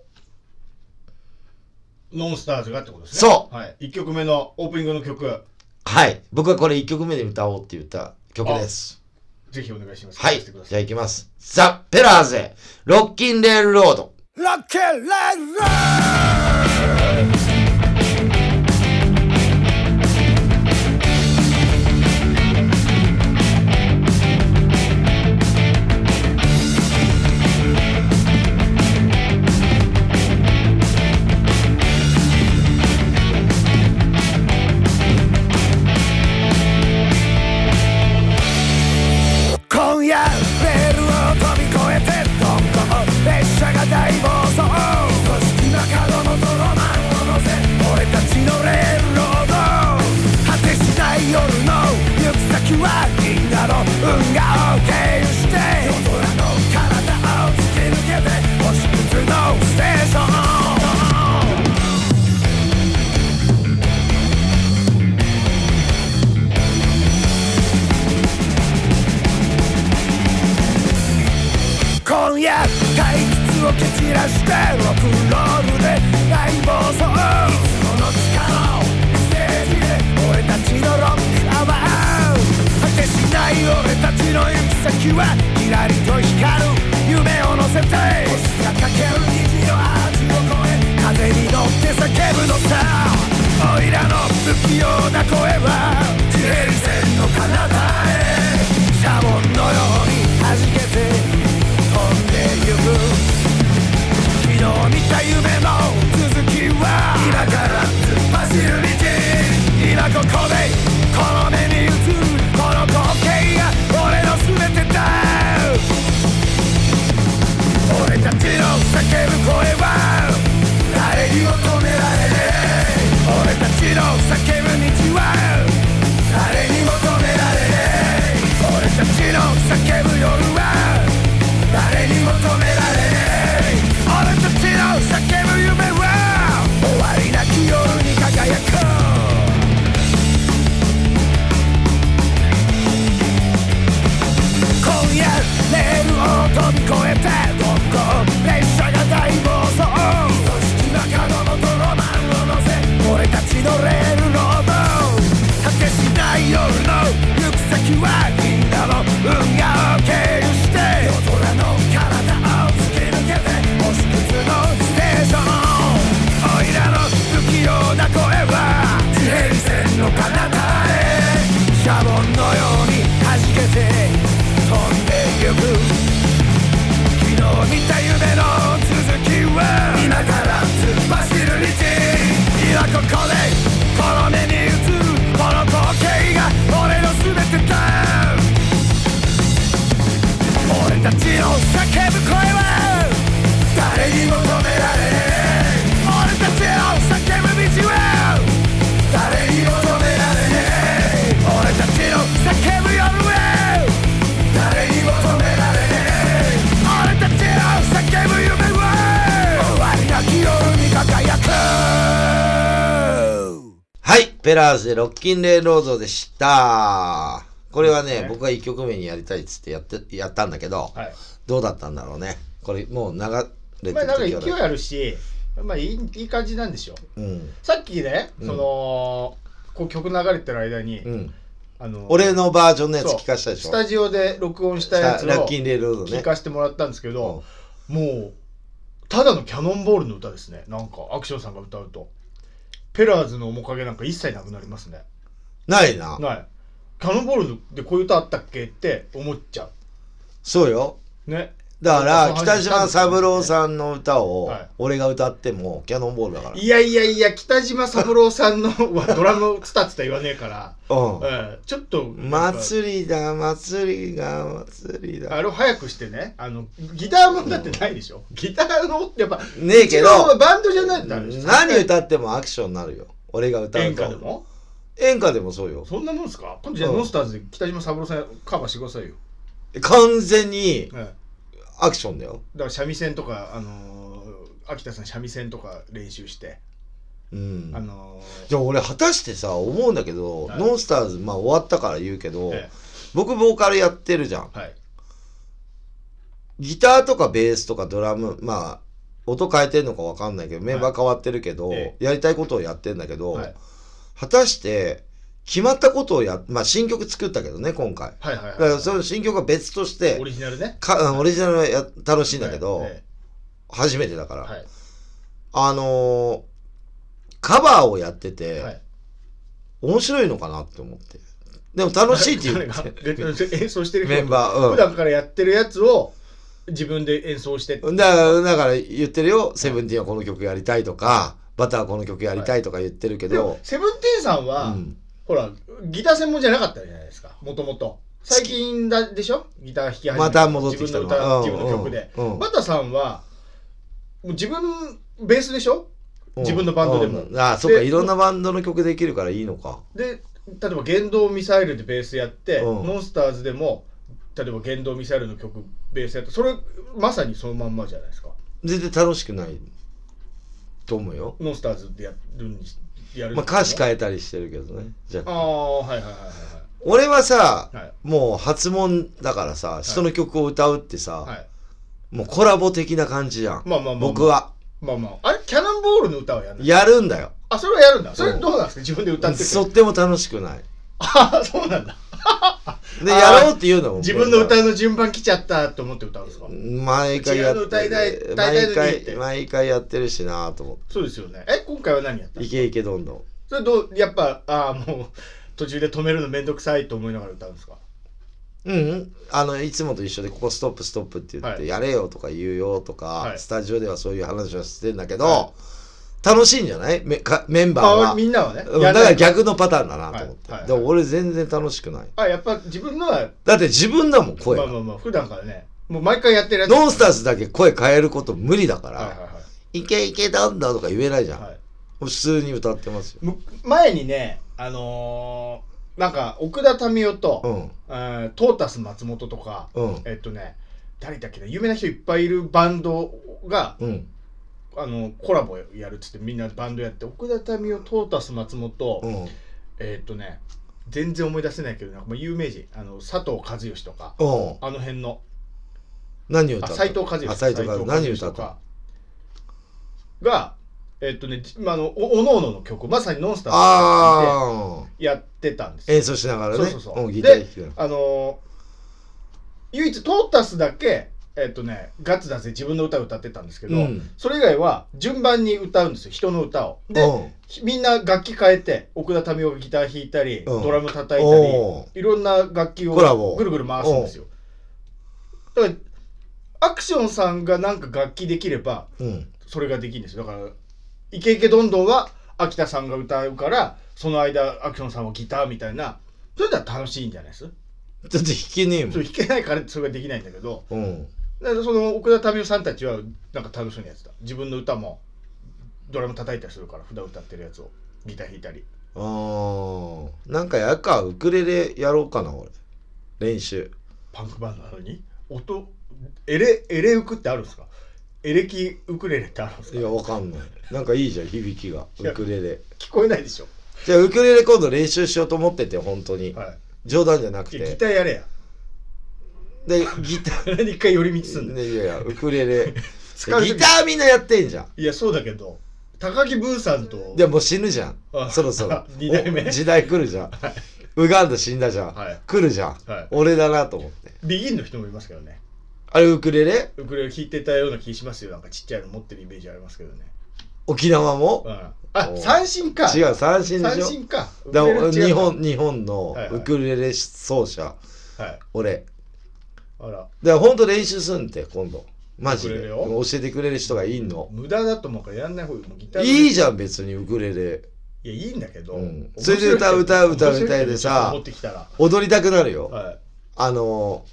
Speaker 2: ノンスターズがってことですね。。
Speaker 1: そう
Speaker 2: はい。一曲目のオープニングの曲、
Speaker 1: はい。僕はこれ1曲目で歌おうって言った曲です。
Speaker 2: ぜひお願いします。
Speaker 1: はい。
Speaker 2: 聞かせてくだ
Speaker 1: じ
Speaker 2: さ
Speaker 1: ゃあ行きます。ザ・ペラーゼ、ロッキンレールロード。
Speaker 3: Rock and roll! 今夜レールを飛び越えてどんどん列車が大暴走少し今角の泥マンを乗せ俺たちのレールロード果てしない夜の行く先はいいんだろう運河を経由して夜空の体を突き抜けて星屑のステーション今夜退屈を蹴散らしてロックンロールで大暴走いつもの力をステージで俺たちのロックアワー果てしない俺たちの行く先はキラリと光る夢を乗せて星がかける虹のアーチを越え風に乗って叫ぶのさおいらの不器用な声はジレリ線の彼方へシャボンのように弾けて飛んでゆく昨日見た夢の続きは今から突っ走る道今ここでこの目に映るこの光景が俺の全てだ俺たちの叫ぶ声は誰にも止められねえ俺たちの叫ぶ道は誰にも止められねえ俺たちの叫ぶ夜は誰にも止められない俺たちの叫ぶ夢は終わりなき夜に輝く今夜レールを飛び越えてどんどん列車が大暴走そして中野の泥マンを乗せ俺たちのレールロード果てしない夜の行く先は銀河の運河を経由して夜空の体を突き抜けて星屑のステーションおいらの不器用な声は地平線の彼方へシャボンのように弾けて飛んでゆく昨日見た夢の続きは今から突っ走る道今ここでこの目に映るこの光景が俺の全てだ俺たちの叫ぶ声は誰にも止められねえ俺たちの叫ぶ道は誰にも止められねえ俺たちの叫ぶ夜は誰にも止められねえ俺たちの叫ぶ夢は終わりなき夜に輝く
Speaker 1: はい、ペペラーズでロッキンレールロードでした。これはね、僕が1曲目にやりたいっつってやって、やったんだけど、
Speaker 2: はい
Speaker 1: どうだったんだろうね。これもう流れてる
Speaker 2: まあ、なんか
Speaker 1: 時は
Speaker 2: 勢いあるし、まあ、いいいい感じなんでしょ
Speaker 1: うん。
Speaker 2: さっきね、
Speaker 1: うん
Speaker 2: そのこう曲流れてる間に、
Speaker 1: うん。
Speaker 2: あの
Speaker 1: 俺のバージョンのやつ
Speaker 2: そう
Speaker 1: 聞かしたでしょ
Speaker 2: スタジオで録音したやつ
Speaker 1: ラ
Speaker 2: を
Speaker 1: ッキンレールロードね
Speaker 2: 聞。かせてもらったんですけど、もうただのキャノンボールの歌ですねなんかアクションさんが歌うとペラーズの面影なんか一切なくなりますね
Speaker 1: ないな。
Speaker 2: ないキャノンボールでこういう歌あったっけって思っちゃ
Speaker 1: そうよ。
Speaker 2: うね
Speaker 1: だか
Speaker 2: そ
Speaker 1: ら、
Speaker 2: う
Speaker 1: 北島三郎さんの歌を
Speaker 2: はい、
Speaker 1: 俺が歌っても、キャノンボールだから。
Speaker 2: いやいやいや北島三郎さんのはドラムツタツタ言わね えから、
Speaker 1: う
Speaker 2: うん、ちょっと
Speaker 1: ん。祭りだ、祭りが、祭りだ。
Speaker 2: あれを早くしてねあのギターもだってないでしょ、ギターのやっぱ
Speaker 1: ねえけど
Speaker 2: 一応バンドじゃないとダメでしょ
Speaker 1: 何歌ってもアクションになるよ。俺が歌
Speaker 2: 演
Speaker 1: うと。
Speaker 2: 歌でも
Speaker 1: 演歌でもそうよ。
Speaker 2: そんなもんですか今度じゃあ
Speaker 1: うん
Speaker 2: ノスターズで北島三郎さんカバーしてくださいよ、
Speaker 1: 完全に
Speaker 2: ええだか
Speaker 1: アクションだよ。
Speaker 2: ら三味線とかあのー秋田さん三味線とか練習して、
Speaker 1: うん
Speaker 2: あ。のー
Speaker 1: じゃあ俺果たしてさ、思うんだけど、
Speaker 2: はい
Speaker 1: ノンスターズ、まあ終わったから言うけど、
Speaker 2: え
Speaker 1: 僕ボーカルやってるじゃん。
Speaker 2: えはい
Speaker 1: ギターとかベースとかドラム、まあ、音変えてんのかわかんないけど、メンバー変わってるけど、
Speaker 2: え
Speaker 1: やりたいことをやってんだけど、
Speaker 2: はい
Speaker 1: 果たして、決まったことをや、まあ新曲作ったけどね、今回。
Speaker 2: はいはい
Speaker 1: だ
Speaker 2: は
Speaker 1: か
Speaker 2: い
Speaker 1: らその新曲は別として
Speaker 2: オ、リジナルね
Speaker 1: かオリジナルはや楽しいんだけど、
Speaker 2: え
Speaker 1: 初めてだか
Speaker 2: え
Speaker 1: ら。
Speaker 2: はい
Speaker 1: あのーカバーをやってて、
Speaker 2: はい
Speaker 1: 面白いのかなって思って。でも楽しいって
Speaker 2: 誰
Speaker 1: 言っ
Speaker 2: が
Speaker 1: て、
Speaker 2: で演奏してる人
Speaker 1: メンバ
Speaker 2: 普
Speaker 1: ー、
Speaker 2: 段からやってるやつを自分で演奏してって
Speaker 1: うん。だから、だから言ってるよ、セブンティーンはこの曲やりたいとか、バターはこの曲やりたいとか言ってるけ
Speaker 2: で
Speaker 1: ど
Speaker 2: も、セブンティーンさんは、
Speaker 1: うん
Speaker 2: ほらギター専門じゃなかったじゃないですかもともと最近だでしょギター弾き始め
Speaker 1: また戻ってきた
Speaker 2: 自
Speaker 1: の
Speaker 2: 分の歌、
Speaker 1: うん
Speaker 2: 自分の曲で、
Speaker 1: うん
Speaker 2: バタさんはもう自分ベースでしょ
Speaker 1: うん
Speaker 2: 自分のバンドでも
Speaker 1: うんああ、そっか、
Speaker 2: で
Speaker 1: いろんなバンドの曲できるからいいのか。
Speaker 2: で例えば言動ミサイルでベースやって、
Speaker 1: うん
Speaker 2: モンスターズでも例えば言動ミサイルの曲ベースやってそれまさにそのまんまじゃないですか
Speaker 1: 全然楽しくないと思うよ。
Speaker 2: モンスターズでやるにやる
Speaker 1: まあ、歌詞
Speaker 2: い
Speaker 1: 変えたりしてるけどね。じゃ
Speaker 2: あ
Speaker 1: あ
Speaker 2: あはいはいはい
Speaker 1: 俺はさ、
Speaker 2: はいはい
Speaker 1: もう発問だからさ、人の曲を歌うってさ、
Speaker 2: はい
Speaker 1: もうコラボ的な感じじゃん。
Speaker 2: まあまあまあまあ
Speaker 1: 僕は。
Speaker 2: まあまああれキャノンボールの歌はやる
Speaker 1: やるんだよ。
Speaker 2: あそれはやるんだそれ
Speaker 1: そう
Speaker 2: どうなんですか自分で歌ってくれる
Speaker 1: とっても楽しくない。
Speaker 2: ああそうなんだ
Speaker 1: で、
Speaker 2: あー
Speaker 1: やろうっていうのも。
Speaker 2: 自分の歌の順番来ちゃったと思って歌うんですか
Speaker 1: 毎回や
Speaker 2: 違うの歌いたい歌いたいの
Speaker 1: 毎
Speaker 2: にって
Speaker 1: 回、毎回やってるしなぁと思っ
Speaker 2: そうですよねえ今回は何やった
Speaker 1: て。イケイケどんどん。
Speaker 2: それどうやっぱああもう途中で止めるのめんどくさいと思いながら歌うんですか
Speaker 1: うんうん、あのいつもと一緒でここストップストップって言って、
Speaker 2: はい
Speaker 1: やれよとか言うよとか、
Speaker 2: はい
Speaker 1: スタジオではそういう話はしてんだけど、
Speaker 2: は
Speaker 1: 楽しいんじゃないめかメンバー
Speaker 2: あ
Speaker 1: は、
Speaker 2: みんなはね
Speaker 1: うんだ
Speaker 2: やん
Speaker 1: か
Speaker 2: な
Speaker 1: ら
Speaker 2: い
Speaker 1: 逆のパターンだなと思って、
Speaker 2: はいはい
Speaker 1: でも俺全然楽しくない
Speaker 2: あやっぱ自分のは
Speaker 1: だって自分だもん声
Speaker 2: ま
Speaker 1: が、
Speaker 2: あまあまあ普段からねもう毎回やってるやつ
Speaker 1: ノンスターズだけ声変えること無理だから、
Speaker 2: はいはい
Speaker 1: いけいけだんだとか言えないじゃん、
Speaker 2: はいはい
Speaker 1: 普通に歌ってますよ、
Speaker 2: む前にねあのーなんか奥田民生と、
Speaker 1: うん
Speaker 2: えートータス松本とか、
Speaker 1: うん
Speaker 2: えっとね誰だっけな有名な人いっぱいいるバンドが
Speaker 1: うん
Speaker 2: あのコラボやるっつってみんなバンドやって奥田民生トータス松本、
Speaker 1: うん
Speaker 2: えーっとね全然思い出せないけどなんかもう有名人あの佐藤和義とか
Speaker 1: うん
Speaker 2: あの辺の
Speaker 1: 何歌
Speaker 2: あ
Speaker 1: った
Speaker 2: 斉藤和義
Speaker 1: あ斉藤和義
Speaker 2: 斉藤和
Speaker 1: 何
Speaker 2: 義
Speaker 1: 歌
Speaker 2: と
Speaker 1: った
Speaker 2: かがえーっとね、まあ、あのおおのおのの曲まさに「ノンスターズ
Speaker 1: ああ
Speaker 2: でやってたんですよ
Speaker 1: 演奏しながらね
Speaker 2: そうそうそう
Speaker 1: うんギター弾きながら
Speaker 2: あのー唯一トータスだけえーっとねガッツだぜ自分の歌を歌ってたんですけど、
Speaker 1: うん
Speaker 2: それ以外は順番に歌うんですよ人の歌をで、
Speaker 1: うん
Speaker 2: ひみんな楽器変えて奥田民生がギター弾いたり、
Speaker 1: うん
Speaker 2: ドラム叩いたり
Speaker 1: お
Speaker 2: いろんな楽器を
Speaker 1: コラボ
Speaker 2: ぐるぐる回すんですよだからアクションさんがなんか楽器できれば
Speaker 1: ーうん
Speaker 2: それができるんですよだから「イケイケどんどん」は秋田さんが歌うからその間アクションさんはギターみたいなそれなら楽しいんじゃないですそ
Speaker 1: ちょっと弾けねえも
Speaker 2: れ弾けないからそれができないんだけど
Speaker 1: ん。うん。
Speaker 2: だからその奥田民生さんたちはなんか楽しそうにやってた自分の歌もドラム叩いたりするから普段歌ってるやつをギター弾いたり
Speaker 1: あーなんかやるかウクレレやろうかな俺練習
Speaker 2: パンクバンドなのに音エレエレウクってあるんですかエレキウクレレってあるんです
Speaker 1: い
Speaker 2: か
Speaker 1: やわかんないなんかいいじゃん響きがウ
Speaker 2: や
Speaker 1: クレレ
Speaker 2: 聞こえないでしょ
Speaker 1: じゃあウクレレ今度練習しようと思ってて本当に、
Speaker 2: は
Speaker 1: 冗談じゃなく
Speaker 2: い。いやギ
Speaker 1: て
Speaker 2: ターや れや。
Speaker 1: でギター
Speaker 2: 何で一回寄り道すんだ
Speaker 1: ね
Speaker 2: よ
Speaker 1: いやいやウクレレ
Speaker 2: 使う時
Speaker 1: ギターみんなやってんじゃん
Speaker 2: いや、そうだけど、高木ブーさんと、
Speaker 1: でもう死ぬじゃ
Speaker 2: あ
Speaker 1: んそろそろ
Speaker 2: 二代目
Speaker 1: お時代来るじゃんウガンダ死んだじゃん、
Speaker 2: はい
Speaker 1: 来るじゃん、
Speaker 2: はい
Speaker 1: 俺だなと思って
Speaker 2: ビギンの人もいますけどね。
Speaker 1: あれウクレレ
Speaker 2: ウクレレ弾いてたような気しますよ。なんかちっちゃいの持ってるイメージありますけどね。
Speaker 1: 沖縄も
Speaker 2: うん、あ
Speaker 1: お、
Speaker 2: 三振か。
Speaker 1: 違う三振で
Speaker 2: 三
Speaker 1: しょ
Speaker 2: 振か。
Speaker 1: だ
Speaker 2: ウクレレ違うか
Speaker 1: 日本。日本の
Speaker 2: はいはい
Speaker 1: ウクレレ奏者、
Speaker 2: はい。
Speaker 1: 俺
Speaker 2: あら、
Speaker 1: だからほんと練習すんって今度マジ
Speaker 2: ウクレ
Speaker 1: で
Speaker 2: レ
Speaker 1: 教
Speaker 2: を
Speaker 1: えてくれる人がいいの
Speaker 2: 無駄だと思うからやんない方がいい。もうギター
Speaker 1: いい
Speaker 2: い
Speaker 1: じゃん別にウクレレ
Speaker 2: や、いいんだけど。
Speaker 1: うんそれで歌う歌う歌う歌う歌うでさ
Speaker 2: 持ってきたら。
Speaker 1: 踊りたくなるよ、
Speaker 2: はい。
Speaker 1: あの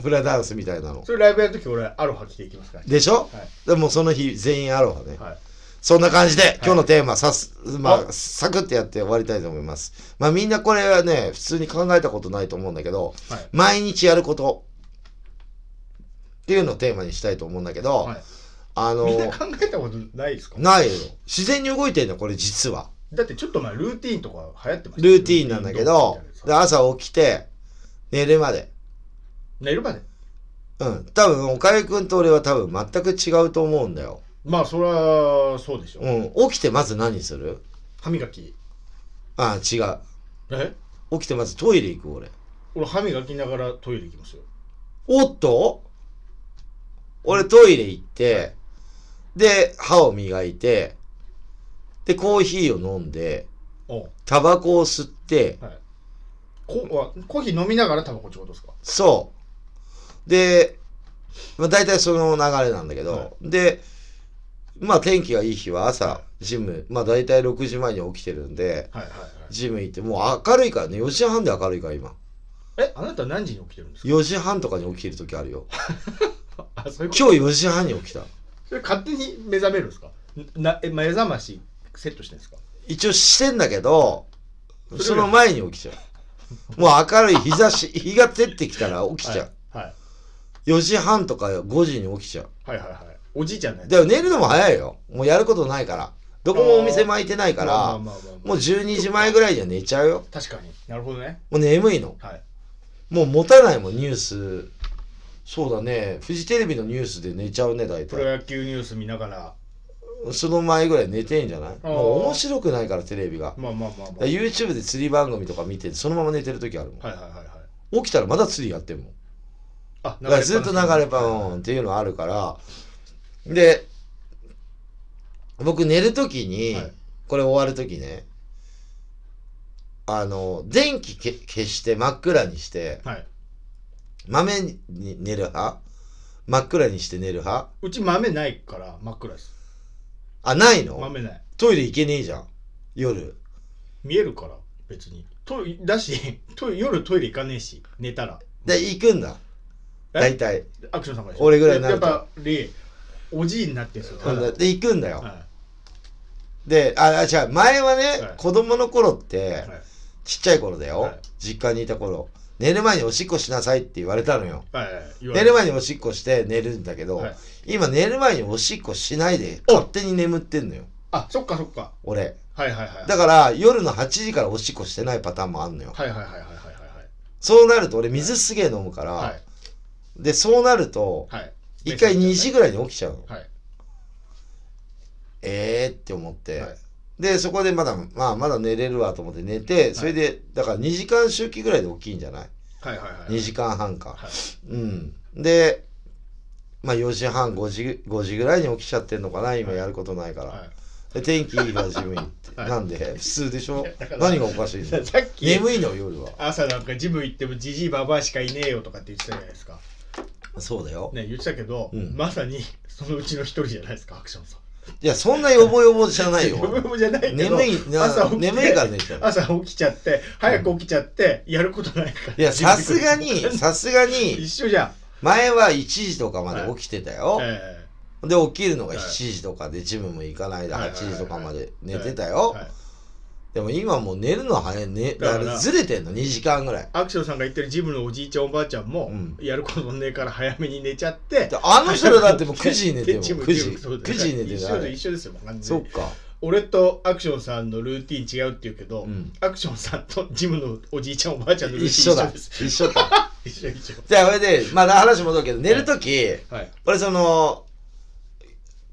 Speaker 1: フラダンスみたいなの
Speaker 2: それライブやるとき俺、アロハ着ていきますから、ね。
Speaker 1: でしょ、
Speaker 2: はい
Speaker 1: でもその日全員アロハね、
Speaker 2: はい。
Speaker 1: そんな感じで今日のテーマさす、まあ
Speaker 2: あ
Speaker 1: サクッてやって終わりたいと思いますまあみんなこれはね普通に考えたことないと思うんだけど
Speaker 2: はい。
Speaker 1: 毎日やることっていうのをテーマにしたいと思うんだけど、
Speaker 2: はい
Speaker 1: あの
Speaker 2: みんな考えたことないですか
Speaker 1: ないよ自然に動いてんのこれ実は
Speaker 2: だってちょっと前ルーティーンとか流行ってましたよ
Speaker 1: ルーティーンなんだけど
Speaker 2: ルーティーン動画みたい
Speaker 1: で
Speaker 2: なや
Speaker 1: 朝起きて寝るまで
Speaker 2: つ寝るまで
Speaker 1: うん多分おかゆくんと俺は多分全く違うと思うんだよ、
Speaker 2: まあそれはそうでしょ、
Speaker 1: うん、起きてまず何する
Speaker 2: 歯磨き
Speaker 1: あ違う
Speaker 2: え
Speaker 1: 起きてまずトイレ行く俺
Speaker 2: 俺歯磨きながらトイレ行きますよ
Speaker 1: おっと俺トイレ行ってで歯を磨いてでコーヒーを飲んで
Speaker 2: おう
Speaker 1: タバコを吸って
Speaker 2: はいこあコーヒー飲みながらタバコってことですか
Speaker 1: そう。で、まあ、大体その流れなんだけど、
Speaker 2: は
Speaker 1: で、まあ天気がいい日は
Speaker 2: は
Speaker 1: 朝、ジム、まあ大体6時前に起きてるんで、
Speaker 2: はいはい
Speaker 1: ジム行って、もう明るいからね、4時半で明るいから今。
Speaker 2: はいえあなた何時に起きてるんですか
Speaker 1: 4時半とかに起きてる時あるよ。
Speaker 2: あそういうこ
Speaker 1: 今
Speaker 2: と
Speaker 1: 日4時半に起きた。
Speaker 2: それ勝手に目覚めるんですかなえ目覚ましセットしてるんですか
Speaker 1: 一応してんだけど、
Speaker 2: それより
Speaker 1: その前に起きちゃう。もう明るい日差し、 日が照ってきたら起きちゃう。
Speaker 2: はい、はい
Speaker 1: 4時半とか5時に起きちゃう。
Speaker 2: はいはいはいおじいちゃんのや
Speaker 1: でも寝るのも早いよ。もうやることないから。どこもお店巻いてないから、
Speaker 2: まあまあまあまあ
Speaker 1: もう12時前ぐらいには寝ちゃうよ。
Speaker 2: 確かになるほどね
Speaker 1: もう眠いの。
Speaker 2: はい
Speaker 1: もう持たないもん、ニュース。そうだね。フジテレビのニュースで寝ちゃうね、大
Speaker 2: プロ
Speaker 1: 体。
Speaker 2: 野球ニュース見ながら
Speaker 1: その前ぐらい寝てんじゃない
Speaker 2: ー
Speaker 1: もう面白くないから、テレビが。
Speaker 2: まあまあまあま
Speaker 1: だ
Speaker 2: あ
Speaker 1: から YouTube で釣り番組とか見て、そのまま寝てる時あるもん。
Speaker 2: はいはいはいはい
Speaker 1: 起きたらまだ釣りやってんもん。
Speaker 2: あ
Speaker 1: だからずっと流れパ
Speaker 2: はい
Speaker 1: ンっていうのあるから。で、僕寝る時に、
Speaker 2: はい
Speaker 1: これ終わる時ね、あの、電気け消して真っ暗にして、
Speaker 2: はい。
Speaker 1: 豆に寝る派真っ暗にして寝る派
Speaker 2: うち豆ないから真っ暗です。
Speaker 1: あないの
Speaker 2: 豆ない。
Speaker 1: トイレ行けねえじゃん夜
Speaker 2: 見えるから別に。トイだし トイ夜トイレ行かねえし寝たら。
Speaker 1: で行くんだ
Speaker 2: え
Speaker 1: 大体
Speaker 2: アクションさんがでしょ
Speaker 1: 俺ぐらいになる
Speaker 2: やっ
Speaker 1: と
Speaker 2: ぱりおじいになってるんですよ。ただ
Speaker 1: で行くんだよ、
Speaker 2: は
Speaker 1: でああ違う前はね、
Speaker 2: はい
Speaker 1: 子供の頃っ
Speaker 2: い
Speaker 1: て
Speaker 2: はい
Speaker 1: ちっちゃい頃だよ、
Speaker 2: はい
Speaker 1: 実家にいた頃寝る前におしっこしなさいって言われたのよ
Speaker 2: はいはい。言わ
Speaker 1: 寝
Speaker 2: れ
Speaker 1: る前におしっこして寝るんだけど、
Speaker 2: はい
Speaker 1: 今寝る前におしっこしないで
Speaker 2: お
Speaker 1: 勝手に眠ってんのよ
Speaker 2: あそっかそっか。
Speaker 1: 俺
Speaker 2: はいはいはい。
Speaker 1: だから夜の8時からおしっこしてないパターンもあんのよ
Speaker 2: はいはいはいはいはい
Speaker 1: そうなると俺水すげえ飲むから、
Speaker 2: はいはい
Speaker 1: でそうなると
Speaker 2: はい。
Speaker 1: 一回2時
Speaker 2: ぐ
Speaker 1: ぐらいに起きちゃうの
Speaker 2: らい。はい
Speaker 1: えーって思って、
Speaker 2: はい
Speaker 1: でそこでまだまあまだ寝れるわと思って寝てそれでだから2時間周期ぐらいで起きんじゃない
Speaker 2: はいはいはい。
Speaker 1: 2時間半か、
Speaker 2: はい
Speaker 1: うんでまあ4時半5時5時ぐらいに起きちゃってんのかな今やることないから、
Speaker 2: は
Speaker 1: で天気いいからジム行って、
Speaker 2: はい
Speaker 1: なんで普通でしょ
Speaker 2: だから
Speaker 1: 何がおかしい
Speaker 2: い。
Speaker 1: の
Speaker 2: さっき
Speaker 1: 眠いの夜は
Speaker 2: 朝なんかジム行ってもジジイババアしかいねえよとかって言ってたじゃないですか。
Speaker 1: そうだよ、
Speaker 2: ね言ってたけど、
Speaker 1: うん
Speaker 2: まさにそのうちの一人じゃないですかアクションさん。
Speaker 1: いやそんなよぼよぼじゃないよ
Speaker 2: よぼよぼじゃないけど
Speaker 1: 眠いな
Speaker 2: 朝起きて
Speaker 1: 眠いから寝ちゃう
Speaker 2: 朝起きちゃって早く起きちゃって、やることないから
Speaker 1: いや、さすが に、さすが
Speaker 2: 一
Speaker 1: に、
Speaker 2: 緒じゃん、
Speaker 1: 前は1時とかまで起きてたよ。
Speaker 2: え
Speaker 1: で、起きるのが7
Speaker 2: はい
Speaker 1: 時とかで、ジムも行かないで
Speaker 2: はい
Speaker 1: 8時とかまで
Speaker 2: ー
Speaker 1: 寝てた
Speaker 2: は
Speaker 1: よ
Speaker 2: い。はい
Speaker 1: でも今もう寝るの早い、ね、
Speaker 2: だ
Speaker 1: だ
Speaker 2: か
Speaker 1: かららずれてんの、2時間ぐらい。
Speaker 2: アクションさんが言ってるジムのおじいちゃんおばあちゃんも、
Speaker 1: うん
Speaker 2: やることもねえから早めに寝ちゃって
Speaker 1: であの人らだってもう9時に寝てる
Speaker 2: でジム
Speaker 1: もん、9
Speaker 2: ジ
Speaker 1: 時。
Speaker 2: ムそうだ
Speaker 1: 9時に寝て
Speaker 2: 一緒で
Speaker 1: る
Speaker 2: 一緒ですよ完全
Speaker 1: そっ
Speaker 2: に
Speaker 1: か。
Speaker 2: 俺とアクションさんのルーティン違うって言うけど、
Speaker 1: うん
Speaker 2: アクションさんとジムのおじいちゃんおばあちゃんのルーティン
Speaker 1: 一緒だ
Speaker 2: です
Speaker 1: 一緒だ
Speaker 2: 一緒一緒
Speaker 1: じゃあそれでまだ話戻るけど寝るとき、
Speaker 2: はい
Speaker 1: 俺その、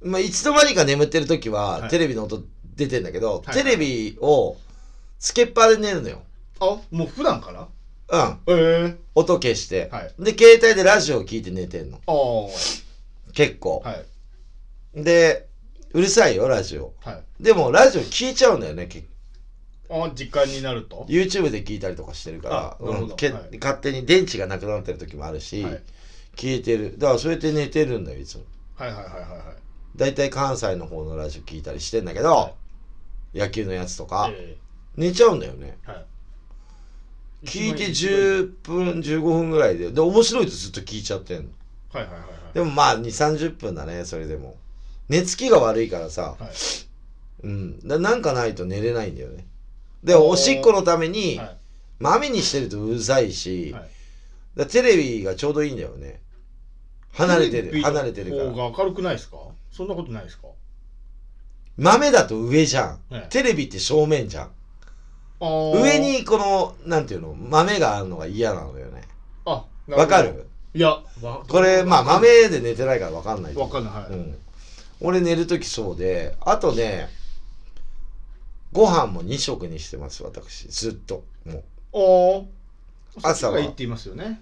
Speaker 1: まあ、いつの間にか眠ってる時は、
Speaker 2: はい
Speaker 1: テレビの音出てんだけど、
Speaker 2: はい
Speaker 1: テレビをつけっぱで寝るのよ
Speaker 2: あもう普段から
Speaker 1: うん
Speaker 2: ええ
Speaker 1: 音消して、
Speaker 2: はい
Speaker 1: で携帯でラジオ聞いて寝てんの
Speaker 2: ああ
Speaker 1: 結構、
Speaker 2: はい
Speaker 1: でうるさいよラジオ
Speaker 2: はい
Speaker 1: でもラジオ聞いちゃうんだよね結
Speaker 2: あ時間になると
Speaker 1: YouTube で聞いたりとかしてるから
Speaker 2: あ、なるほど
Speaker 1: うんけ
Speaker 2: はい
Speaker 1: 勝手に電池がなくなってる時もあるし、
Speaker 2: はい
Speaker 1: 聞いてるだからそうやって寝てるんだよいつも
Speaker 2: はいはいはいはいはい
Speaker 1: 大体関西の方のラジオ聞いたりしてんだけど、
Speaker 2: は
Speaker 1: 野球のやつとか、
Speaker 2: え
Speaker 1: 寝ちゃうんだよね
Speaker 2: えはい
Speaker 1: 聞いて
Speaker 2: 一番いい
Speaker 1: 10分15分ぐらいでで面白いとずっと聞いちゃってんの
Speaker 2: はいはいはいはい
Speaker 1: でもまあ2 3 0分だねそれでも寝つきが悪いからさ、
Speaker 2: はい
Speaker 1: うんななんかないと寝れないんだよねで
Speaker 2: おー
Speaker 1: おしっこのために、
Speaker 2: は
Speaker 1: まみにしてるとうるさい
Speaker 2: い
Speaker 1: し、
Speaker 2: はい
Speaker 1: だテレビがちょうどいいんだよね離れて
Speaker 2: テレビ
Speaker 1: る
Speaker 2: の
Speaker 1: 離れてるから
Speaker 2: 方が明るくないですかそんなことないですか
Speaker 1: 豆だと上じゃん、
Speaker 2: ええ
Speaker 1: テレビって正面じゃん
Speaker 2: あー
Speaker 1: 上にこのなんていうの豆があるのが嫌なのよね
Speaker 2: あなほど
Speaker 1: わかる
Speaker 2: いやわ
Speaker 1: これまあ
Speaker 2: わかん
Speaker 1: 豆で寝てないからわかんないと
Speaker 2: わ
Speaker 1: 思う
Speaker 2: かんないはい、
Speaker 1: うん、俺寝る時そうであとねご飯も2食にしてます私ずっともう
Speaker 2: お
Speaker 1: 朝
Speaker 2: 朝
Speaker 1: は
Speaker 2: は言って言いますよね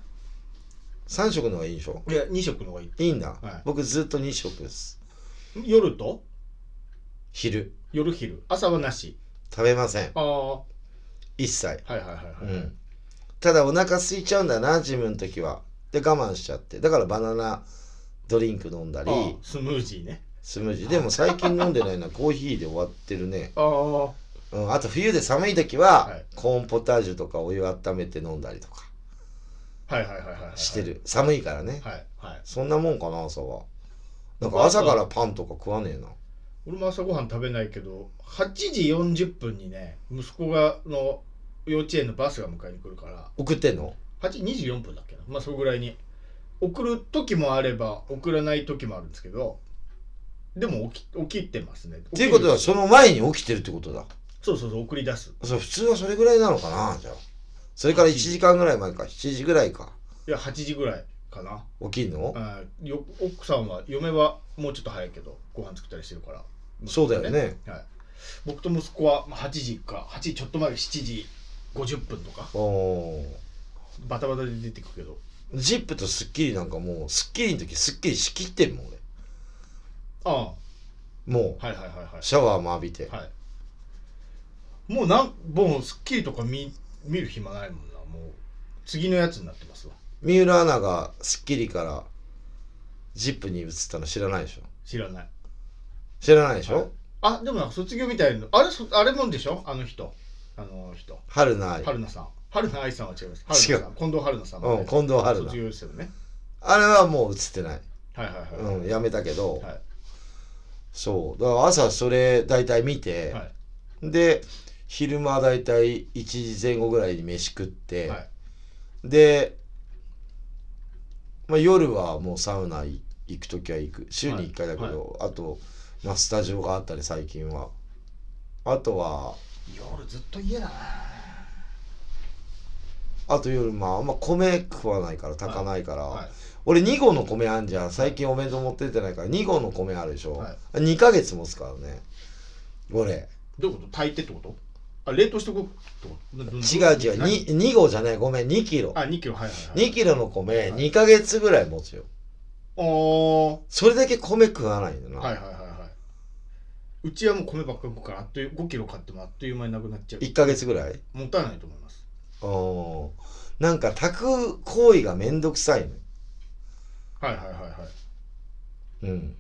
Speaker 1: 3食の方がいいでしょ
Speaker 2: いや2食の方がいい
Speaker 1: いいんだ、
Speaker 2: はい
Speaker 1: 僕ずっと2食です
Speaker 2: 夜と
Speaker 1: 昼
Speaker 2: 夜昼朝はなし
Speaker 1: 食べません
Speaker 2: ああは
Speaker 1: 一切
Speaker 2: いはいはいはい、
Speaker 1: うんただお腹空いちゃうんだな自分の時はで我慢しちゃってだからバナナドリンク飲んだ
Speaker 2: あー
Speaker 1: り
Speaker 2: スムージーね
Speaker 1: スムージーでも最近飲んでない なコーヒーで終わってるね、
Speaker 2: ああは
Speaker 1: うん、あと冬で寒い時は、
Speaker 2: はい
Speaker 1: コーンポタージュとかお湯温めて飲んだりとか
Speaker 2: いはいはいはいはい
Speaker 1: してる寒いからね
Speaker 2: はいはい
Speaker 1: そんなもんかな朝はなんか朝からパンとか食わねえな
Speaker 2: 俺も朝ごはん食べないけど8時40分にね息子がの幼稚園のバスが迎えに来るから
Speaker 1: 送ってんの
Speaker 2: 8時24分だっけなまあそれぐらいに送る時もあれば送らない時もあるんですけどでも起き起きてますねっ
Speaker 1: っていうことはその前に起きてるってことだ
Speaker 2: そうそうそう送り出す
Speaker 1: そう普通はそれぐらいなのかなじゃあそれから1時間ぐらい前か7時ぐらいか
Speaker 2: いや8時ぐらいかな
Speaker 1: 起きんの
Speaker 2: あーよ奥さんは嫁はもうちょっと早いけどご飯作ったりしてるから
Speaker 1: そうだよね、
Speaker 2: はい、僕と息子はまあ8時か8時ちょっと前7時50分とか
Speaker 1: おー
Speaker 2: バタバタで出てくけど
Speaker 1: ジップとスッキリなんかもうスッキリの時スッキリしきってるもん俺
Speaker 2: あ
Speaker 1: も
Speaker 2: あはいはいはいは
Speaker 1: う
Speaker 2: い
Speaker 1: シャワーも浴びて、
Speaker 2: はいもうなんもう『スッキリ』とか見見る暇ないもんなもう次のやつになってますわ
Speaker 1: 三浦アナがスッキリからジップに移ったの知らないでしょ
Speaker 2: 知らない
Speaker 1: 知らないでしょ、
Speaker 2: はいあでもなんか卒業みたいなあれそあれもんでしょあの人あの人
Speaker 1: 春菜愛
Speaker 2: 春菜さん春菜愛さんは違います春菜さん近藤春菜さん
Speaker 1: うん近藤春
Speaker 2: 卒
Speaker 1: 菜
Speaker 2: 業ですよね
Speaker 1: あれはもう映ってない、
Speaker 2: はいはいはい、
Speaker 1: うん、やめたけど、
Speaker 2: はい
Speaker 1: そうだから朝それ大体見て、
Speaker 2: はい
Speaker 1: で昼間大体1時前後ぐらいに飯食って、
Speaker 2: はい
Speaker 1: で、まあ、夜はもうサウナい行く時は行く週に1回だけど、あと、まあ、スタジオがあったり最近はあとは
Speaker 2: 夜ずっと家だな
Speaker 1: あと夜まああんま米食わないから炊かないから、
Speaker 2: はい
Speaker 1: 俺2合の米あんじゃん最近お弁当持ってってないから2合の米あるでしょ、
Speaker 2: は
Speaker 1: 2ヶ月持つからね俺
Speaker 2: どういうこと炊いてってことあ冷凍しておくってこと違う
Speaker 1: 違う違う 2, 2合じゃないごめん2キロ
Speaker 2: あ2キロはいはいはい
Speaker 1: 2キロの米2ヶ月ぐらい持つよ
Speaker 2: おー
Speaker 1: それだけ米食わないんだな、
Speaker 2: はいはいはいはいうちはもう米ばっかり食うからあっという5キロ買ってもあっという間になくなっちゃ
Speaker 1: 1ヶ月ぐらいう
Speaker 2: もったいないと思います
Speaker 1: おなんか炊く行為がめんどくさいの、
Speaker 2: はいはいはいはい
Speaker 1: うん、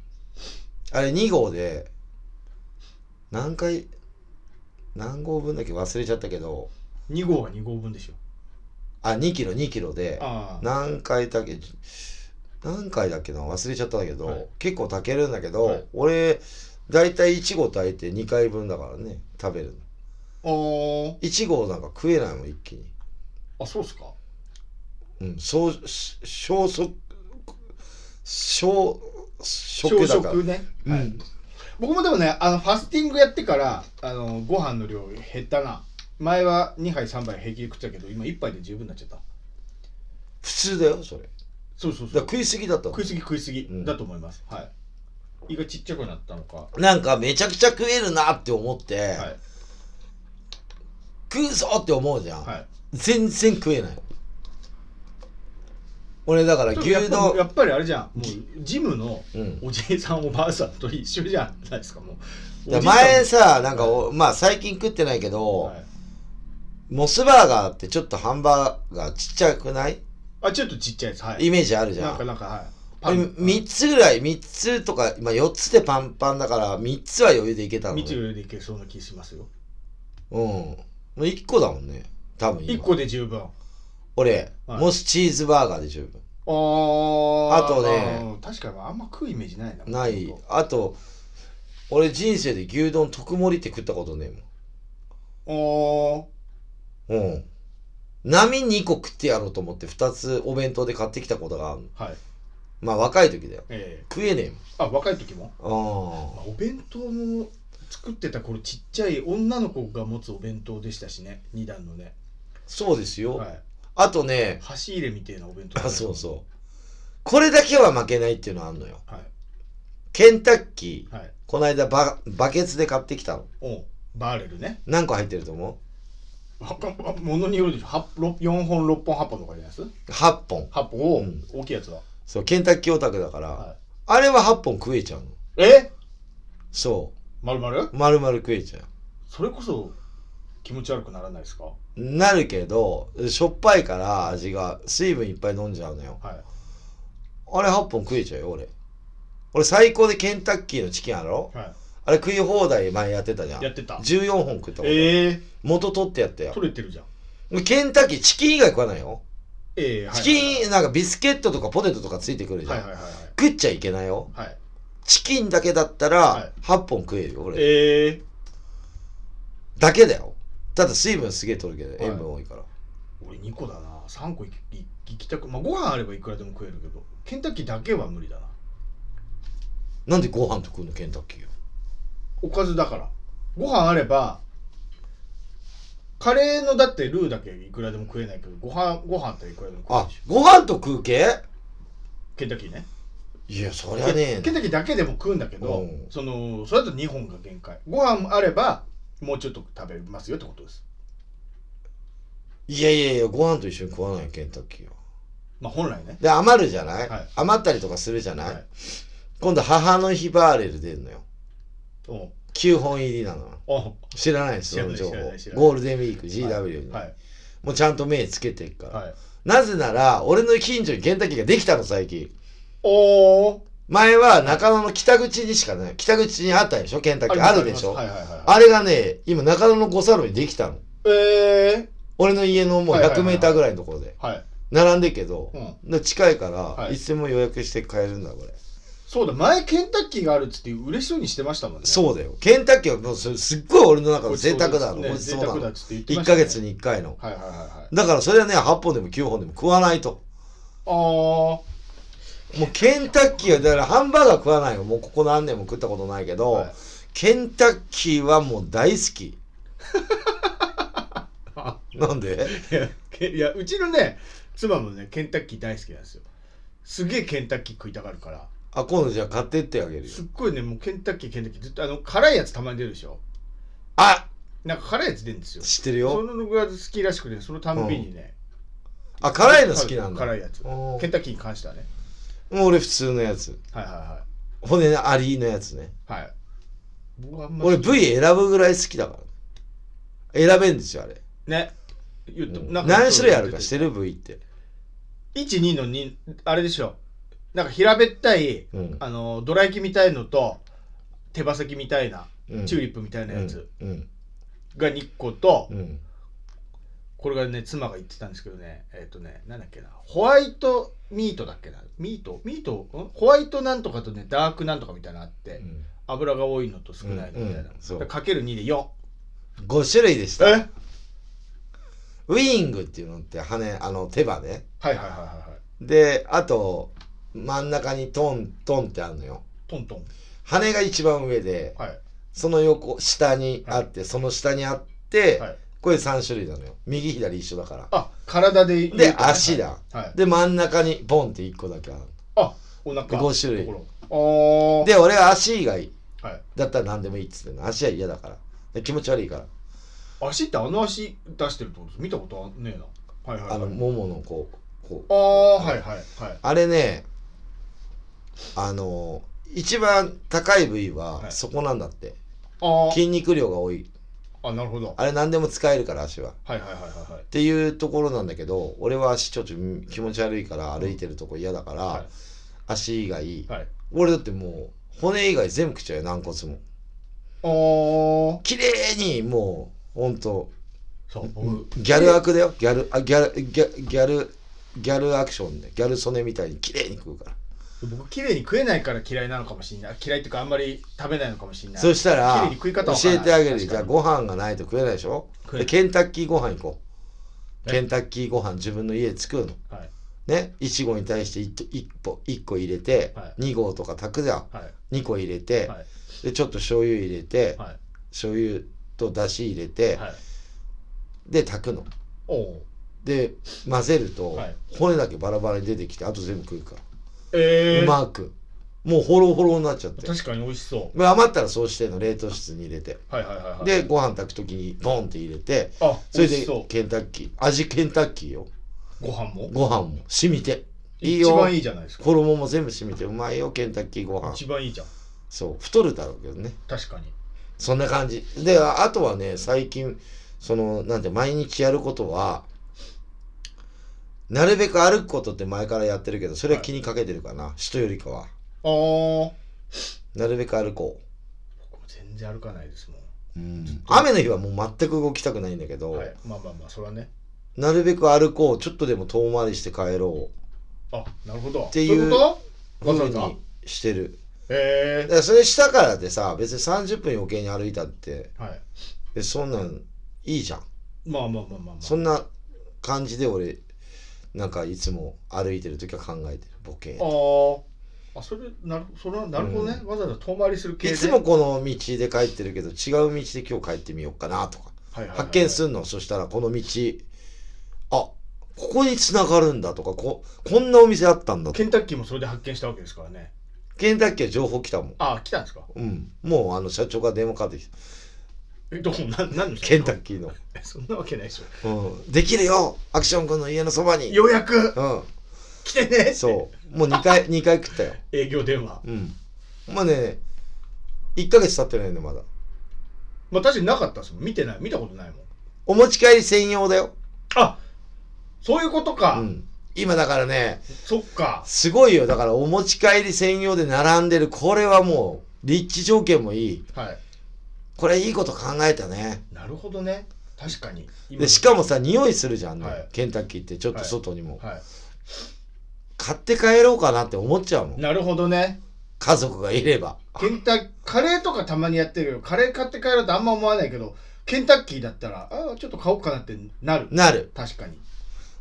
Speaker 1: あれ2合で何回何合分だっけ忘れちゃったけど
Speaker 2: 2合は2合分でしょ
Speaker 1: あ2キロ2キロで
Speaker 2: ああ
Speaker 1: 何回だっけ何回だっけな忘れちゃったんだけど、
Speaker 2: はい
Speaker 1: 結構炊けるんだけど、
Speaker 2: はい
Speaker 1: 俺大体1合炊いて2回分だからね食べるの
Speaker 2: おー
Speaker 1: 1合なんか食えないもん一気に
Speaker 2: あそうっすか
Speaker 1: うんそうし消息消食だから
Speaker 2: 食ね、
Speaker 1: う
Speaker 2: はい
Speaker 1: ん
Speaker 2: 僕もでもねあのファスティングやってからあのご飯の量減ったな前は2杯3杯平気で食ってたけど今1杯で十分になっちゃった
Speaker 1: 普通だよそれだか
Speaker 2: そうそうそ
Speaker 1: ら
Speaker 2: う
Speaker 1: 食いすぎだと
Speaker 2: 食いすぎ食いすぎ
Speaker 1: うん
Speaker 2: だと思います、はい胃がちっちゃくなったのかは
Speaker 1: なんかめちゃくちゃ食えるなって思って、
Speaker 2: い
Speaker 1: 食うぞって思うじゃん、
Speaker 2: はい
Speaker 1: 全然食えない俺だから
Speaker 2: ちょっ
Speaker 1: 牛
Speaker 2: とやっぱ
Speaker 1: 丼
Speaker 2: やっぱりあれじゃんもうジムの
Speaker 1: うん
Speaker 2: おじいさんおばあさんと一緒じゃないですかもう
Speaker 1: だから前
Speaker 2: おじい
Speaker 1: さなんかおまあ最近食ってないけど、
Speaker 2: もはい
Speaker 1: モスバーガーってちょっとハンバーガーちっちゃくない
Speaker 2: あちょっとちっちゃいですはい
Speaker 1: イメージあるじゃ
Speaker 2: なんんかなんかはい
Speaker 1: 俺3つぐらい3つとか、まあ、4つでパンパンだから3つは余裕でいけたの、
Speaker 2: 見
Speaker 1: ね、
Speaker 2: てるよりいけそうな気しますよ
Speaker 1: うんもう1個だもんね多分今
Speaker 2: 1個で十分
Speaker 1: 俺、
Speaker 2: はい
Speaker 1: モスチーズバーガーで十分
Speaker 2: あー
Speaker 1: あとね
Speaker 2: うん確かにあんま食うイメージないな
Speaker 1: ない
Speaker 2: あ
Speaker 1: あと俺人生で牛丼特盛りって食ったことねえ
Speaker 2: ー
Speaker 1: もんうん波2個食ってやろうと思って2つお弁当で買ってきたことがあるの
Speaker 2: はい
Speaker 1: まあ若い時だよ
Speaker 2: ええ
Speaker 1: 食えね
Speaker 2: あ若い時も
Speaker 1: えもん
Speaker 2: ま
Speaker 1: あ
Speaker 2: あお弁当も作ってた頃ちっちゃい女の子が持つお弁当でしたしね2段のね、
Speaker 1: あそうですよ、
Speaker 2: はい、
Speaker 1: あとね
Speaker 2: 箸入れみたいなお弁当
Speaker 1: あそうそうこれだけは負けないっていうのあんのよ
Speaker 2: は
Speaker 1: ケンタッキー
Speaker 2: いはい
Speaker 1: この間ババケツで買ってきたの
Speaker 2: おうバーレルね
Speaker 1: 何個入ってると思
Speaker 2: わかわものによるでしょはろ4本6本8本とかじゃないです
Speaker 1: う ?8 本
Speaker 2: 8本を、
Speaker 1: うん
Speaker 2: 大きいやつは、
Speaker 1: そうケンタッキーオタクだから、
Speaker 2: は
Speaker 1: あれは8本食えちゃうの
Speaker 2: い、え
Speaker 1: そ
Speaker 2: まるまる
Speaker 1: う丸々食えちゃう
Speaker 2: それこそ気持ち悪くならないですか
Speaker 1: なるけどしょっぱいから味が水分いっぱい飲んじゃうのよ
Speaker 2: はい
Speaker 1: あれ8本食えちゃうよ俺俺最高でケンタッキーのチキンあろ
Speaker 2: は
Speaker 1: あれ食い放題前やってたじゃん
Speaker 2: いやってた
Speaker 1: 14本食ったことある
Speaker 2: ええ
Speaker 1: 元取ってやったよ
Speaker 2: 取れてるじゃん
Speaker 1: ケンタッキーチキン以外食わないよ
Speaker 2: ええはい
Speaker 1: チキンなんかビスケットとかポテトとかついてくるじゃん、
Speaker 2: はいはいはいはい
Speaker 1: 食っちゃいけないよ
Speaker 2: はいはい
Speaker 1: チキンだけだった
Speaker 2: は
Speaker 1: ら8本食えるよ俺、
Speaker 2: ええ
Speaker 1: だけだよただ水分すげえ取るけど
Speaker 2: はい
Speaker 1: 塩分多いから、
Speaker 2: 俺2個だな3個いい行きたくまあご飯あればいくらでも食えるけどケンタッキーだけは無理だな
Speaker 1: なんでご飯と食うのケンタッキーよ
Speaker 2: おかずだからご飯あればカレーのだってルーだけいくらでも食えないけどご飯ご飯っていくらでも食える
Speaker 1: あ
Speaker 2: でしょ
Speaker 1: ご飯と食う系
Speaker 2: ケンタッキーね
Speaker 1: いやそりゃね
Speaker 2: ケンタッキーだけでも食うんだけど、
Speaker 1: うん
Speaker 2: そのそれだと2本が限界ご飯あればもうちょっと食べますよってことです
Speaker 1: いやいやいやご飯と一緒に食わないよケンタッキーは
Speaker 2: まあ本来ね
Speaker 1: で余るじゃない、
Speaker 2: はい
Speaker 1: 余ったりとかするじゃない、
Speaker 2: はい
Speaker 1: 今度母の日バーレル出るのよ
Speaker 2: おう
Speaker 1: 9本入りなの
Speaker 2: お
Speaker 1: 知らないですその
Speaker 2: 知
Speaker 1: 情
Speaker 2: らない知らない知らな
Speaker 1: 報
Speaker 2: い
Speaker 1: ゴールデンウィーク GW に、
Speaker 2: はい
Speaker 1: もうちゃんと目つけていくから、
Speaker 2: はい
Speaker 1: なぜなら俺の近所にケンタッキーができたの最近
Speaker 2: おお
Speaker 1: 前は中野の北口にしかない北口にあったでしょケンタッキーあるでしょあ,、
Speaker 2: はいはいはいはい
Speaker 1: れがね今中野の五サロにできたの
Speaker 2: え
Speaker 1: 俺の家のもう
Speaker 2: はいはいはい
Speaker 1: 100m ぐらいのところで
Speaker 2: ー、はい
Speaker 1: 並んでっけど、
Speaker 2: うん
Speaker 1: で近いか
Speaker 2: は
Speaker 1: ら
Speaker 2: い
Speaker 1: いつでも予約して買えるんだこれ、
Speaker 2: そうだ前ケンタッキーがあるっつって嬉しそうにしてましたもんね
Speaker 1: そうだよケンタッキーはもうそれすっごい俺の中
Speaker 2: ご
Speaker 1: の
Speaker 2: ち
Speaker 1: 贅
Speaker 2: そうで
Speaker 1: 沢
Speaker 2: す
Speaker 1: だの
Speaker 2: ね
Speaker 1: ごち
Speaker 2: 贅
Speaker 1: そうな
Speaker 2: 沢だ
Speaker 1: の
Speaker 2: っつって言って
Speaker 1: 1
Speaker 2: ました
Speaker 1: ヶ
Speaker 2: ね
Speaker 1: 月に1回の
Speaker 2: はいはいはいはい
Speaker 1: だからそれはね8本でも9本でも食わないと
Speaker 2: あ
Speaker 1: もうケンタッキーはだからハンバーガー食わないよもうここ何年も食ったことないけ
Speaker 2: あ、
Speaker 1: ど、
Speaker 2: はい
Speaker 1: ケンタッキーはもう大好 きなんで
Speaker 2: いやけ いやうちのね妻もねケンタッキー大好きなんですよすげえケンタッキー食いたがるから
Speaker 1: あ今度じゃあ買ってってあげるよ
Speaker 2: すっごいねもうケンタッキーケンタッキーずっとあの辛いやつたまに出るでしょ
Speaker 1: あ
Speaker 2: なんか辛いやつ出るんですよ
Speaker 1: 知ってる
Speaker 2: そ
Speaker 1: よ
Speaker 2: のぐらい好きらしくてそのたんびにね、
Speaker 1: あ辛いの好きなんだ
Speaker 2: 辛いやつ
Speaker 1: おー
Speaker 2: ケンタッキーに関してはね
Speaker 1: もう俺普通のやつ
Speaker 2: はいは
Speaker 1: 骨ありのやつね
Speaker 2: いはいはい僕はあんま
Speaker 1: 俺 V 選ぶぐらい好きだから選べんですよあれ
Speaker 2: ね言っと
Speaker 1: うん
Speaker 2: なんか
Speaker 1: 何種類あるか知ってる V って
Speaker 2: 12の2あれでしょなんか平べったい
Speaker 1: うん
Speaker 2: あのドラ焼きみたいのと手羽先みたいな、
Speaker 1: うん
Speaker 2: チューリップみたいなやつ
Speaker 1: うん
Speaker 2: が2個と、
Speaker 1: うんうん
Speaker 2: これがね妻が言ってたんですけどねえっ、とねなんだっけなホワイトミートだっけなミートミートんホワイトなんとかとねダークなんとかみたいなのあって、
Speaker 1: うん
Speaker 2: 油が多いのと少ないのみたいな、
Speaker 1: うんうんそう
Speaker 2: だからかける2で4
Speaker 1: 5種類でした
Speaker 2: え
Speaker 1: ウイングっていうのって羽あの手羽ね
Speaker 2: はいはいはいはいはい
Speaker 1: であと真ん中にトントンってあるのよ
Speaker 2: トントン
Speaker 1: 羽が一番上で、
Speaker 2: はい
Speaker 1: その横、下にあって、その下にあって、
Speaker 2: はい
Speaker 1: これ3種類なのよ。右左一緒だから。
Speaker 2: あ体で言うと
Speaker 1: で、足だ。
Speaker 2: はい
Speaker 1: で、真ん中にボンって1個だけある。
Speaker 2: あお腹
Speaker 1: で5種類
Speaker 2: ところあ
Speaker 1: で、俺は足以外
Speaker 2: あはい
Speaker 1: だったら何でもいいっつってんの。足は嫌だから。で気持ち悪いから。
Speaker 2: 足ってあの足出してるってことです見たことねえなはいはい
Speaker 1: あの、
Speaker 2: はい
Speaker 1: もものこう、こう。
Speaker 2: ああはいはいはい
Speaker 1: あれね、あの、一番高い部位は
Speaker 2: はい
Speaker 1: そこなんだって。
Speaker 2: あ
Speaker 1: 筋肉量が多い。
Speaker 2: ああなるほど
Speaker 1: あれ何でも使えるから足は。っ
Speaker 2: はいはいはいはいはい
Speaker 1: ていうところなんだけど、俺は足ちょっと気持ち悪いから歩いてるとこ嫌だから、
Speaker 2: はい
Speaker 1: 足以外、
Speaker 2: はい
Speaker 1: 俺だってもう骨以外全部食っちゃうよ軟骨も
Speaker 2: あー
Speaker 1: 綺麗にもうほんと
Speaker 2: そう僕
Speaker 1: ギャルアクだよギャルあギャルギャギャルギャルアクションでギャル曽根みたいに綺麗に食うから
Speaker 2: 僕綺麗に食えないから嫌いなのかもしれない嫌いっていうかあんまり食べないのかもしれない
Speaker 1: そした
Speaker 2: 綺
Speaker 1: ら
Speaker 2: 麗に食い方
Speaker 1: 教
Speaker 2: わから
Speaker 1: え
Speaker 2: ない
Speaker 1: てあげる
Speaker 2: 確
Speaker 1: じ
Speaker 2: か
Speaker 1: ゃあ
Speaker 2: に
Speaker 1: ご飯がないと食えないでしょ
Speaker 2: 食えな
Speaker 1: で
Speaker 2: い
Speaker 1: ケンタッキーご飯行こう
Speaker 2: え
Speaker 1: ケンタッキーご飯自分の家で作るの
Speaker 2: はい
Speaker 1: ねいちごに対して 1, 個1個入れて、
Speaker 2: はい
Speaker 1: 2合とか炊くじゃん
Speaker 2: はい
Speaker 1: 2個入れて、
Speaker 2: はい
Speaker 1: でちょっと醤油入れて、
Speaker 2: はい
Speaker 1: 醤油とだし入れて、
Speaker 2: はい
Speaker 1: で炊くの
Speaker 2: おお
Speaker 1: で混ぜると、
Speaker 2: はい
Speaker 1: 骨だけバラバラに出てきてあと全部食うから、
Speaker 2: ええ
Speaker 1: うまくもうホロホロになっちゃって
Speaker 2: 確かに美味しそ
Speaker 1: で余ったらそうしてんの冷凍室に入れて
Speaker 2: うはいはいはいはい
Speaker 1: でご飯炊く時にボンって入れて
Speaker 2: あ
Speaker 1: それ
Speaker 2: 美味
Speaker 1: で
Speaker 2: しそ
Speaker 1: ケンタッキー味ケンタッキーよ
Speaker 2: うご飯も
Speaker 1: ご飯も染みていい
Speaker 2: 一
Speaker 1: よ
Speaker 2: 番いいじゃないですか
Speaker 1: 衣も全部染みてうまいよケンタッキーご飯
Speaker 2: 一番いいじゃん
Speaker 1: そう太るだろうけどね
Speaker 2: 確かに
Speaker 1: そんな感じでああとはね最近そのなんて毎日やることはなるべく歩くことって前からやってるけどそれは気にかけてるかな、人よりかは
Speaker 2: ああ
Speaker 1: なるべく歩こ
Speaker 2: 僕も全然歩かないですもん
Speaker 1: う、雨の日はもう全く動きたくないんだけど、
Speaker 2: はい、まあまあまあそれはね
Speaker 1: なるべく歩こうちょっとでも遠回りして帰ろ
Speaker 2: あなるほどって
Speaker 1: いう
Speaker 2: こと
Speaker 1: う
Speaker 2: わ
Speaker 1: ふ
Speaker 2: ざわ
Speaker 1: う
Speaker 2: ざ
Speaker 1: にしてる
Speaker 2: え
Speaker 1: だからそれしたからってさ別に30分余計に歩いたって
Speaker 2: えはい
Speaker 1: えそんなんいいじゃん
Speaker 2: まあまあまあまあま
Speaker 1: そんな感じで俺なんかいつも歩いてる時は考えてるボケ
Speaker 2: あああそれなるそれはなるほどね、わざわざ遠回りする系
Speaker 1: い
Speaker 2: で
Speaker 1: つもこの道で帰ってるけど違う道で今日帰ってみようかなとか
Speaker 2: はいはいはい
Speaker 1: 発見するのそしたらこの道あここに繋がるんだとかここんなお店あったんだと
Speaker 2: ケンタッキーもそれで発見したわけですからね
Speaker 1: ケンタッキーは情報来たもん
Speaker 2: あ来たんですか
Speaker 1: うんもうあの社長が電話かかってきた
Speaker 2: えどこなんなんですか
Speaker 1: ケンタッキーの、
Speaker 2: そんなわけないでしょ
Speaker 1: うん、できるよアクション君の家のそばに
Speaker 2: ようやく
Speaker 1: うん
Speaker 2: 来てね
Speaker 1: そうもう2回二回食ったよ
Speaker 2: 営業電話
Speaker 1: うんまあね1ヶ月経ってないのまだ
Speaker 2: まあ確かになかったですもん見てない見たことないもん
Speaker 1: お持ち帰り専用だよ、
Speaker 2: あそういうことか、
Speaker 1: うん、今だからね
Speaker 2: そっか
Speaker 1: すごいよだからお持ち帰り専用で並んでるこれはもう立地条件もいい
Speaker 2: はい
Speaker 1: これいいこと考えたね
Speaker 2: なるほどね確かに今
Speaker 1: でしかもさ匂いするじゃんね、
Speaker 2: はい
Speaker 1: ケンタッキーってちょっと外にも、
Speaker 2: は
Speaker 1: 買って帰ろうかなって思っちゃうも
Speaker 2: い
Speaker 1: ん
Speaker 2: なるほどね
Speaker 1: 家族がいれば
Speaker 2: ケンタッカレーとかたまにやってるけどカレー買って帰ろうとあんま思わないけどケンタッキーだったらあちょっと買おうかなってなる
Speaker 1: なる
Speaker 2: 確かに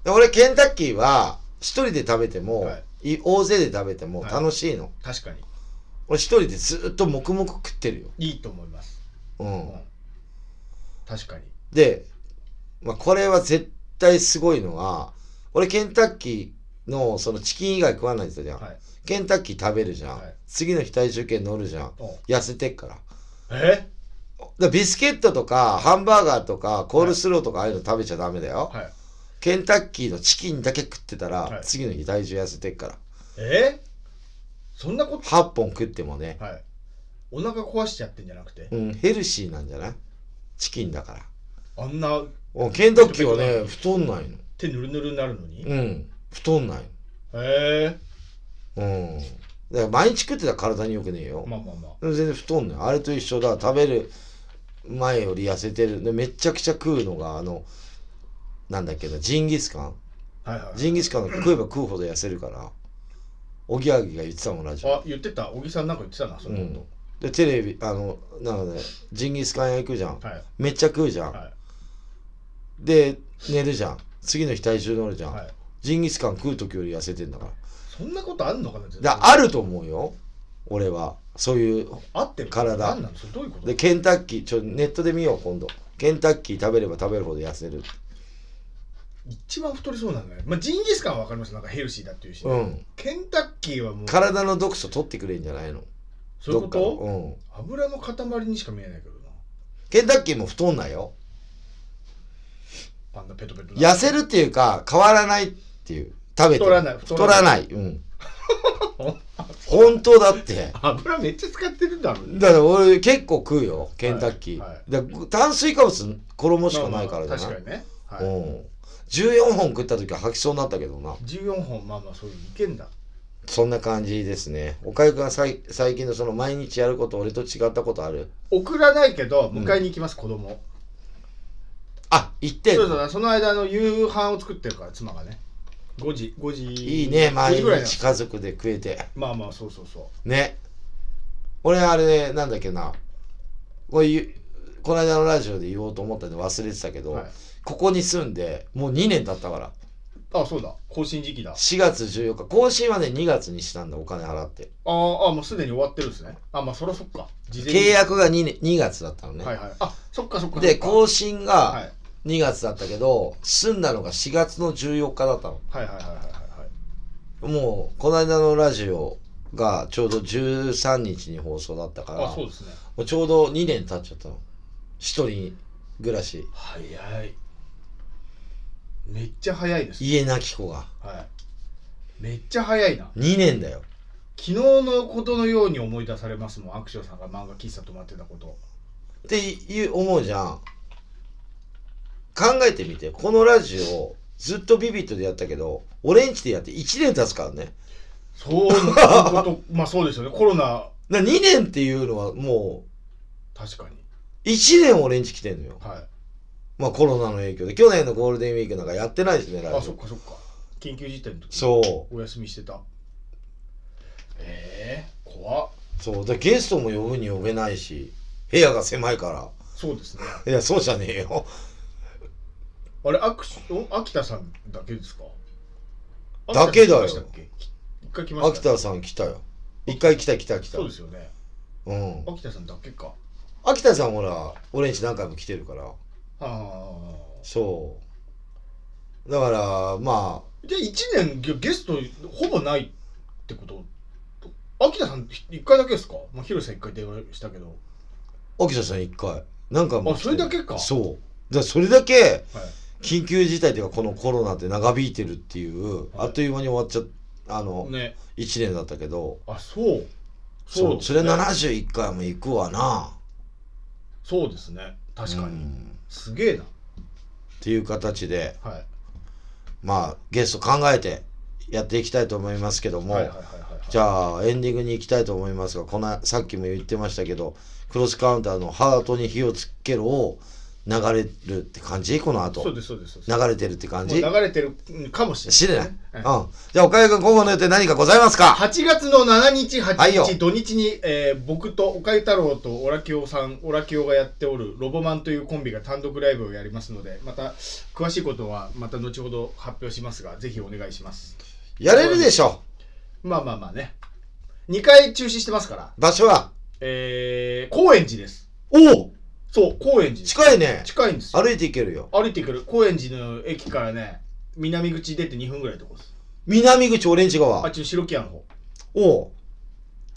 Speaker 1: で俺ケンタッキーは一人で食べても、
Speaker 2: はい
Speaker 1: 大勢で食べても
Speaker 2: はい
Speaker 1: 楽しいの、
Speaker 2: 確かに
Speaker 1: 俺一人でずっと黙々食ってるよ
Speaker 2: いいと思います、
Speaker 1: うん
Speaker 2: うん確かに
Speaker 1: で、まあ、これは絶対すごいのは俺ケンタッキーのそのチキン以外食わないんですよ、
Speaker 2: はい
Speaker 1: ケンタッキー食べるじゃん、
Speaker 2: はい
Speaker 1: 次の日体重計乗るじゃん
Speaker 2: お
Speaker 1: 痩せてっからだか
Speaker 2: え
Speaker 1: らビスケットとかハンバーガーとかコールスローとかああいうの食べちゃダメだよ、
Speaker 2: はい
Speaker 1: ケンタッキーのチキンだけ食ってたら、
Speaker 2: はい
Speaker 1: 次の日体重痩せてっから
Speaker 2: えそんなこ
Speaker 1: 8本食ってもね
Speaker 2: と、はいお腹壊しちゃってんじゃなくて
Speaker 1: うん、ヘルシーなんじゃないチキンだから
Speaker 2: あんな
Speaker 1: おケンタッキーはね太んないの
Speaker 2: 手ぬるぬるになるのに、へ
Speaker 1: うん太んない
Speaker 2: え
Speaker 1: うん。だから毎日食ってたら体によくねえよ。
Speaker 2: まあまあまあ
Speaker 1: でも全然太んない。あれと一緒だ。食べる前より痩せてる。で、めちゃくちゃ食うのが、あの、なんだっけな、ジンギスカン
Speaker 2: はいはい
Speaker 1: ジンギスカンなんか食えば食うほど痩せるから。おぎやはぎが言ってたもん、ラジオ。
Speaker 2: あ言ってた小木さんなんか言ってたなそ
Speaker 1: うん
Speaker 2: なこ
Speaker 1: で、テレビ、あの、なので、ジンギスカン屋行くじゃん
Speaker 2: と、。はい
Speaker 1: めっちゃ食うじゃん。
Speaker 2: は
Speaker 1: で、寝るじゃん。次の日体重乗るじゃ
Speaker 2: い
Speaker 1: ん。
Speaker 2: はい
Speaker 1: ジンギスカン食う時より痩せてんだから。
Speaker 2: そんなことあんのかな
Speaker 1: だからあると思うよ。俺はそういう
Speaker 2: 合ってる
Speaker 1: 体
Speaker 2: 何なのそれどういうこと
Speaker 1: でケンタッキーちょネットで見よう今度ケンタッキー食べれば食べるほど痩せる
Speaker 2: 一番太りそうなんだよ、まあ、ジンギスカンは分かりますなんかヘルシーだっていうし、ね
Speaker 1: うん
Speaker 2: ケンタッキーはもう
Speaker 1: 体の毒素取ってくれんじゃないの
Speaker 2: そういう
Speaker 1: ど
Speaker 2: こ
Speaker 1: っ
Speaker 2: と
Speaker 1: かのうん
Speaker 2: 油の塊にしか見えないけどな
Speaker 1: ケンタッキーも太んないよ
Speaker 2: パンダペトペトだ
Speaker 1: 痩せるっていうか変わらないっていう食べて
Speaker 2: 太らない
Speaker 1: 太らない うん本当だって
Speaker 2: 油めっちゃ使ってるんだろうね
Speaker 1: だから俺結構食うよケンタッキー、
Speaker 2: はいはい
Speaker 1: だから炭水化物衣しかないからじゃ
Speaker 2: まあまあ
Speaker 1: ない、
Speaker 2: 確かにね、はい
Speaker 1: うん14本食った時は吐きそうになったけどな
Speaker 2: 14本まあまあそういうのいけんだ
Speaker 1: そんな感じですねおかゆくんはさい最近のその毎日やること俺と違ったことある
Speaker 2: 送らないけど迎えに行きます、子供
Speaker 1: あ行ってん
Speaker 2: そ
Speaker 1: の
Speaker 2: うそうその間の夕飯を作ってるから妻がね5時5時
Speaker 1: いいね
Speaker 2: 5
Speaker 1: 毎
Speaker 2: 時ぐらいな
Speaker 1: 日家族で食えて
Speaker 2: まあまあそうそうそ
Speaker 1: ね俺あれなんだっけなこれ言うこの間のラジオで言おうと思ったんで忘れてたけ
Speaker 2: う
Speaker 1: ど、
Speaker 2: はい
Speaker 1: ここに住んでもう2年経ったから
Speaker 2: あそうだ更新時期だ
Speaker 1: 4月14日更新はね2月にしたんだお金払って
Speaker 2: あーあもうすでに終わってるんですねあまあそらそっか事前に
Speaker 1: 契約が 2, 年2月だったのね、
Speaker 2: はいはいあそっかそっか
Speaker 1: で
Speaker 2: そっか
Speaker 1: 更新
Speaker 2: はい
Speaker 1: が2月だったけど、住んだのが4月の14日だったの
Speaker 2: はいはいはいはいはいはい
Speaker 1: もうこの間のラジオがちょうど13日に放送だったから
Speaker 2: あそうですね
Speaker 1: もうちょうど2年経っちゃったの一人暮らし
Speaker 2: 早いめっちゃ早いです
Speaker 1: 家なき子が
Speaker 2: はいめっちゃ早いな
Speaker 1: 2年だよ
Speaker 2: 昨日のことのように思い出されますもんアクションさんが漫画喫茶泊まってたこと
Speaker 1: っていう思うじゃん考えてみてこのラジオずっとビビットでやったけど俺んちでやって1年経つからね
Speaker 2: そういうことまあそうですよねコロナ
Speaker 1: 2年っていうのはも
Speaker 2: 確かに
Speaker 1: う1年俺んち来てんのよ
Speaker 2: はい
Speaker 1: まあコロナの影響で去年のゴールデンウィークなんかやってないですねラ
Speaker 2: あ
Speaker 1: ジ
Speaker 2: そっ
Speaker 1: オ
Speaker 2: かそっか緊急事態の時
Speaker 1: そう
Speaker 2: お休みしてたええ怖っ
Speaker 1: そうでゲストも呼ぶに呼べないし部屋が狭いか
Speaker 2: そうですね
Speaker 1: らいやそうじゃねえよ
Speaker 2: あれアクション秋田さんだけですか
Speaker 1: だけだよ
Speaker 2: 秋田さん来ましたっけき一回来ました
Speaker 1: 秋田さん来たよ一回来た来た来た
Speaker 2: そうですよね
Speaker 1: うん
Speaker 2: 秋田さんだけか
Speaker 1: 秋田さんほら俺んち何回も来てるから
Speaker 2: あ
Speaker 1: そうだからまあ
Speaker 2: あじゃあ1年ゲゲストほぼないってこと秋田さん1回だけですか、まあ、広瀬さん1回電話したけど
Speaker 1: 秋田さん1回何回も来てる
Speaker 2: あそれだけか
Speaker 1: そうだからそれだけ
Speaker 2: はい
Speaker 1: 緊急事態というかこのコロナって長引いてるっていう、
Speaker 2: は
Speaker 1: あ
Speaker 2: い
Speaker 1: っという間に終わっちゃあの、
Speaker 2: ね
Speaker 1: 1年だったけど
Speaker 2: あそう
Speaker 1: そう
Speaker 2: です
Speaker 1: そ
Speaker 2: ね
Speaker 1: れ71回も行くわな
Speaker 2: そうですね確かに、
Speaker 1: うん
Speaker 2: すげえな
Speaker 1: っていう形で
Speaker 2: はい
Speaker 1: まあゲスト考えてやっていきたいと思いますけども、
Speaker 2: はいはいはいはいはい
Speaker 1: じゃあエンディングに行きたいと思いますがこのさっきも言ってましたけどクロスカウンターの「ハートに火をつけろ」を流れるって感じこの
Speaker 2: そう
Speaker 1: 後
Speaker 2: ですそうですそうです
Speaker 1: 流れてるって感じ
Speaker 2: もう流れてるうんかもし
Speaker 1: 知
Speaker 2: れ
Speaker 1: れ
Speaker 2: な
Speaker 1: ないい、
Speaker 2: は
Speaker 1: うん、
Speaker 2: い
Speaker 1: じゃあ岡谷君今後の予定何かございますか
Speaker 2: 8月の7日、8日、
Speaker 1: はいよ
Speaker 2: 土日に、えー僕と岡井太郎とオラキオさん、オラキオがやっておるロボマンというコンビが単独ライブをやりますので、また詳しいことはまた後ほど発表しますが、ぜひお願いします。
Speaker 1: やれるでしょ
Speaker 2: まあまあまあね。2回中止してますから、
Speaker 1: 場所は
Speaker 2: えー、高円寺です。
Speaker 1: おお
Speaker 2: そう、高円寺です。
Speaker 1: 近いね
Speaker 2: 近いんですよ。
Speaker 1: 歩いていけるよ
Speaker 2: 歩いてくる高円寺の駅からね、南口出て2分ぐらいのとこです。
Speaker 1: 南口オレンジ
Speaker 2: あっ
Speaker 1: 川
Speaker 2: ちの白木屋の方。
Speaker 1: おお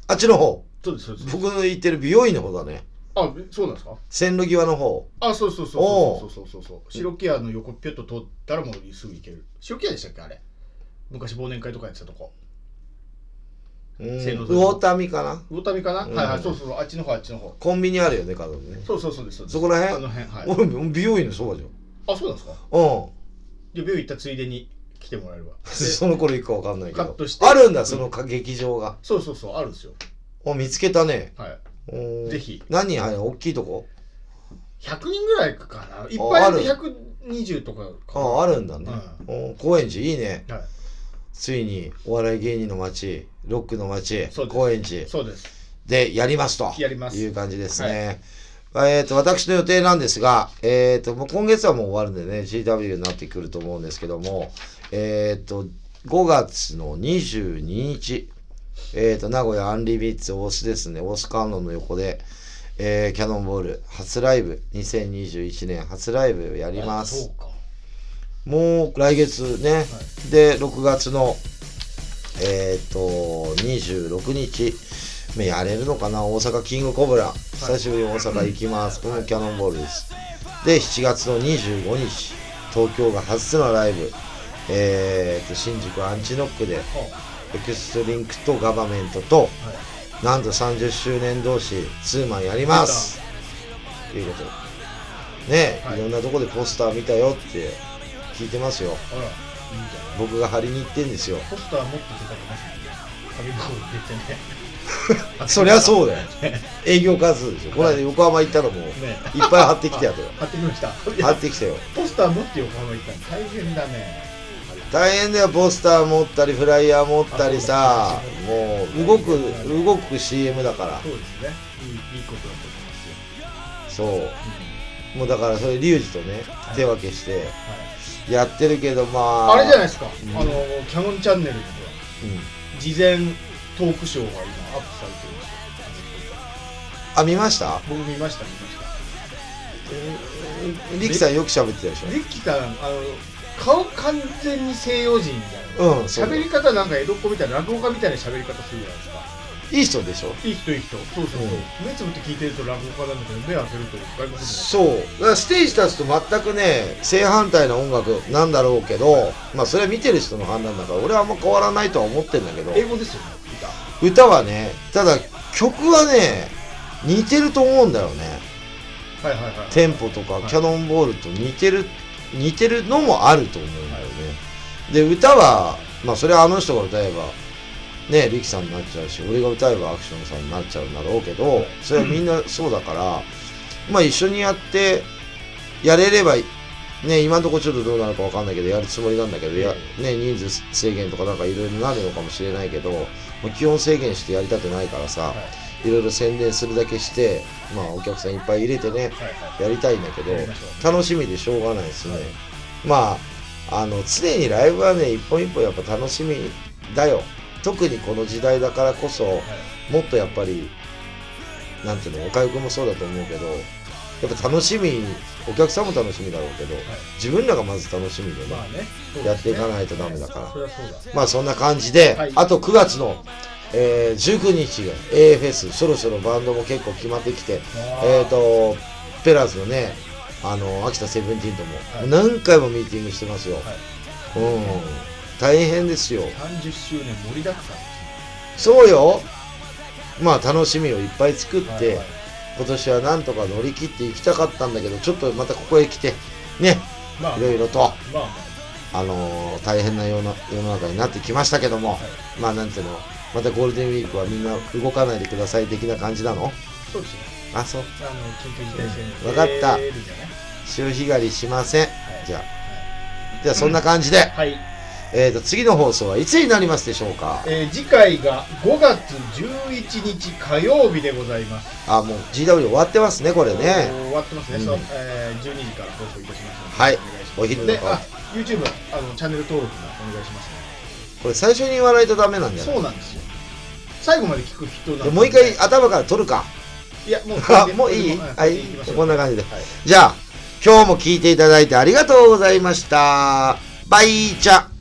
Speaker 1: あっちの方
Speaker 2: そうです、そうです。
Speaker 1: 僕の行ってる美容院の方だね
Speaker 2: あ、そうなんですか
Speaker 1: 線路際の方
Speaker 2: あ、そうそうそうそうそうそうそうそう。白木屋の横ピュッと通ったらもうすぐ行ける。白木屋でしたっけあれ。昔忘年会とかやってたとこ。
Speaker 1: うん
Speaker 2: 線路沿い
Speaker 1: 魚民かな
Speaker 2: 魚民かな、
Speaker 1: うん
Speaker 2: はいはい、そうそうそう、あっちの方、あっちの方。
Speaker 1: コンビニあるよね角にね
Speaker 2: そうそうそうです。そうです
Speaker 1: そこら辺
Speaker 2: あの辺、はい。
Speaker 1: 俺美容院のそばじゃん
Speaker 2: あ、そうなんです
Speaker 1: う
Speaker 2: か
Speaker 1: ん
Speaker 2: じゃあ病院行ったついでに来ても らえれば。で
Speaker 1: その頃行くか分かんないけ
Speaker 2: カッ
Speaker 1: ど
Speaker 2: トして
Speaker 1: あるんだそのか劇場が
Speaker 2: そうそうそう、あるんですよ。
Speaker 1: お見つけたね
Speaker 2: はい。
Speaker 1: おー
Speaker 2: ぜひ
Speaker 1: 何あれ大きいとこ
Speaker 2: 100人ぐらいかな。いっぱいある
Speaker 1: あ
Speaker 2: 120とかかな。
Speaker 1: ああるんだね
Speaker 2: う
Speaker 1: おー高円寺いいね
Speaker 2: は
Speaker 1: ついにお笑い芸人の街ロックの街
Speaker 2: そうです
Speaker 1: 高円
Speaker 2: い。
Speaker 1: 寺
Speaker 2: そうです。
Speaker 1: でやりますと
Speaker 2: やります
Speaker 1: いう感じですね、えー、と私の予定なんですが、えー、ともう今月はもう終わるんでね GW になってくると思うんですけども、えー、と5月の22日えー、と、名古屋アンリビッツ大須ですね、大須観音の横で、えーキャノンボール初ライブ、2021年初ライブをやりま
Speaker 2: そ
Speaker 1: す
Speaker 2: う。か
Speaker 1: もう来月ね、で、6月の、えっ、と、26日、まあやれるのかな、大阪キングコブラ、久しぶりに大阪行きます、これもキャノンボールです。で、7月の25日、東京が初のライブ、えっ、と、新宿アンチノックで、エクストリンクとガバメントと、
Speaker 2: はい
Speaker 1: なんと30周年同士ツーマンやりますということねえ、
Speaker 2: はい
Speaker 1: い、ろんなとこでポスター見たよって聞いてますよ
Speaker 2: あらいいんじゃない
Speaker 1: 僕が貼りに行ってんですよ
Speaker 2: ポスターもっと出たくない紙袋入れてね
Speaker 1: そりゃそうだよ営業数ですよこの間横浜行ったらもういっ
Speaker 2: ね
Speaker 1: ぱい貼ってきて やったよ
Speaker 2: 貼ってきました
Speaker 1: 貼ってきたよ
Speaker 2: ポスター持って横浜行ったの大変だね
Speaker 1: 大変だよポスター持ったりフライヤー持ったりさもう動く動く CM だから
Speaker 2: そうですねいいいいことだと思いますよ、
Speaker 1: そう
Speaker 2: う
Speaker 1: もうだからそれリュウジとね手分けして
Speaker 2: んはい
Speaker 1: やってるけどまあ
Speaker 2: あれじゃないですか、
Speaker 1: ん
Speaker 2: あのキャノンチャンネルでほら
Speaker 1: うん
Speaker 2: 事前トークショーが今アップされてるんですよ
Speaker 1: あ見ました
Speaker 2: 僕見ました見ました
Speaker 1: リキさんよく喋ってたでし
Speaker 2: リッキーさんあの顔完全に西洋人みたいな
Speaker 1: ょうんそう
Speaker 2: 喋り方なんか江戸っ子みたいな落語家みたいな喋り方するじゃないですか
Speaker 1: いい人でしょ
Speaker 2: いい人いい人そうそうそう、
Speaker 1: うん
Speaker 2: 目つぶって聞いてると落語家なんだけど目開けると外国人
Speaker 1: そうだからステージ立つと全くね正反対な音楽なんだろうけどまあそれは見てる人の判断だから俺はあんま変わらないとは思ってんだけど
Speaker 2: 英語ですよね歌
Speaker 1: 歌はねただ曲はね似てると思うんだよね
Speaker 2: はいはいはい
Speaker 1: テンポとか
Speaker 2: はい
Speaker 1: キャノンボールと似てる似てるのもあると思うんだよねで歌はまあそれはあの人が歌えばねリキさんになっちゃうし俺が歌えばアクションさんになっちゃうんだろうけどそれはみんなそうだからまあ一緒にやってやれればね今のところちょっとどうなるかわかんないけどやるつもりなんだけどや、ね、人数制限とかなんかいろいろなるのかもしれないけどもう基本制限してやりたくないからさ、いろいろ宣伝するだけして、まあ、お客さんいっぱい入れてね
Speaker 2: はいはい
Speaker 1: やりたいんだけど
Speaker 2: やりましょ
Speaker 1: 楽しみでしょうがないですね、
Speaker 2: はい
Speaker 1: まああの常にライブはね一本一本やっぱ楽しみだよ特にこの時代だからこそもっとやっぱりなんていうの岡井君もそうだと思うけどやっぱ楽しみお客さんも楽しみだろうけど、自分らがまず楽しみでね、
Speaker 2: まあねそうですね
Speaker 1: やっていかないとダメだから
Speaker 2: そりゃそうだ
Speaker 1: まあそんな感じで、
Speaker 2: はい
Speaker 1: あと9月の、えー19日が AFS そろそろバンドも結構決まってきて
Speaker 2: あー
Speaker 1: えっ、とペラーズのねあの秋田セブンティーンとも、
Speaker 2: はい
Speaker 1: 何回もミーティングしてますよ、うん大変ですよ
Speaker 2: 30周年盛りだくさんで
Speaker 1: そうよまあ楽しみをいっぱい作って、
Speaker 2: すねはいはい
Speaker 1: 今年はなんとか乗り切っていきたかったんだけどちょっとまたここへ来てね
Speaker 2: まあ
Speaker 1: いろいろと
Speaker 2: まあま
Speaker 1: あのー大変な世の世の中になってきましたけども、まあなんていうのまたゴールデンウィークはみんな動かないでください的な感じなの
Speaker 2: あそうですね
Speaker 1: あそう
Speaker 2: あの緊急事態宣言
Speaker 1: わかった
Speaker 2: 出るんじゃない
Speaker 1: 潮干狩りしませんじゃ
Speaker 2: は
Speaker 1: あじゃあそんな感じで、
Speaker 2: い、はい
Speaker 1: えー、と次の放送はいつになりますでしょうか
Speaker 2: えー次回が5月11日火曜日でございます
Speaker 1: あもう GW 終わってますねこれ
Speaker 2: あ
Speaker 1: ね
Speaker 2: の終わってますね、
Speaker 1: うん
Speaker 2: そうえー12時から放送いたしますので
Speaker 1: はい
Speaker 2: お願いします
Speaker 1: お昼の
Speaker 2: で
Speaker 1: 顔
Speaker 2: あ YouTube あのチャンネル登録もお願いしますね
Speaker 1: これ最初に言わないとダメなんじゃない
Speaker 2: そうなんですよ最後まで聞く人なん
Speaker 1: で
Speaker 2: で
Speaker 1: もう一回頭から取るか
Speaker 2: いやもう
Speaker 1: あもういい
Speaker 2: これで
Speaker 1: はい
Speaker 2: これで行きましょう
Speaker 1: こんな感じで
Speaker 2: はい
Speaker 1: じゃあ今日も聞いていただいてありがとうございましたバイチャ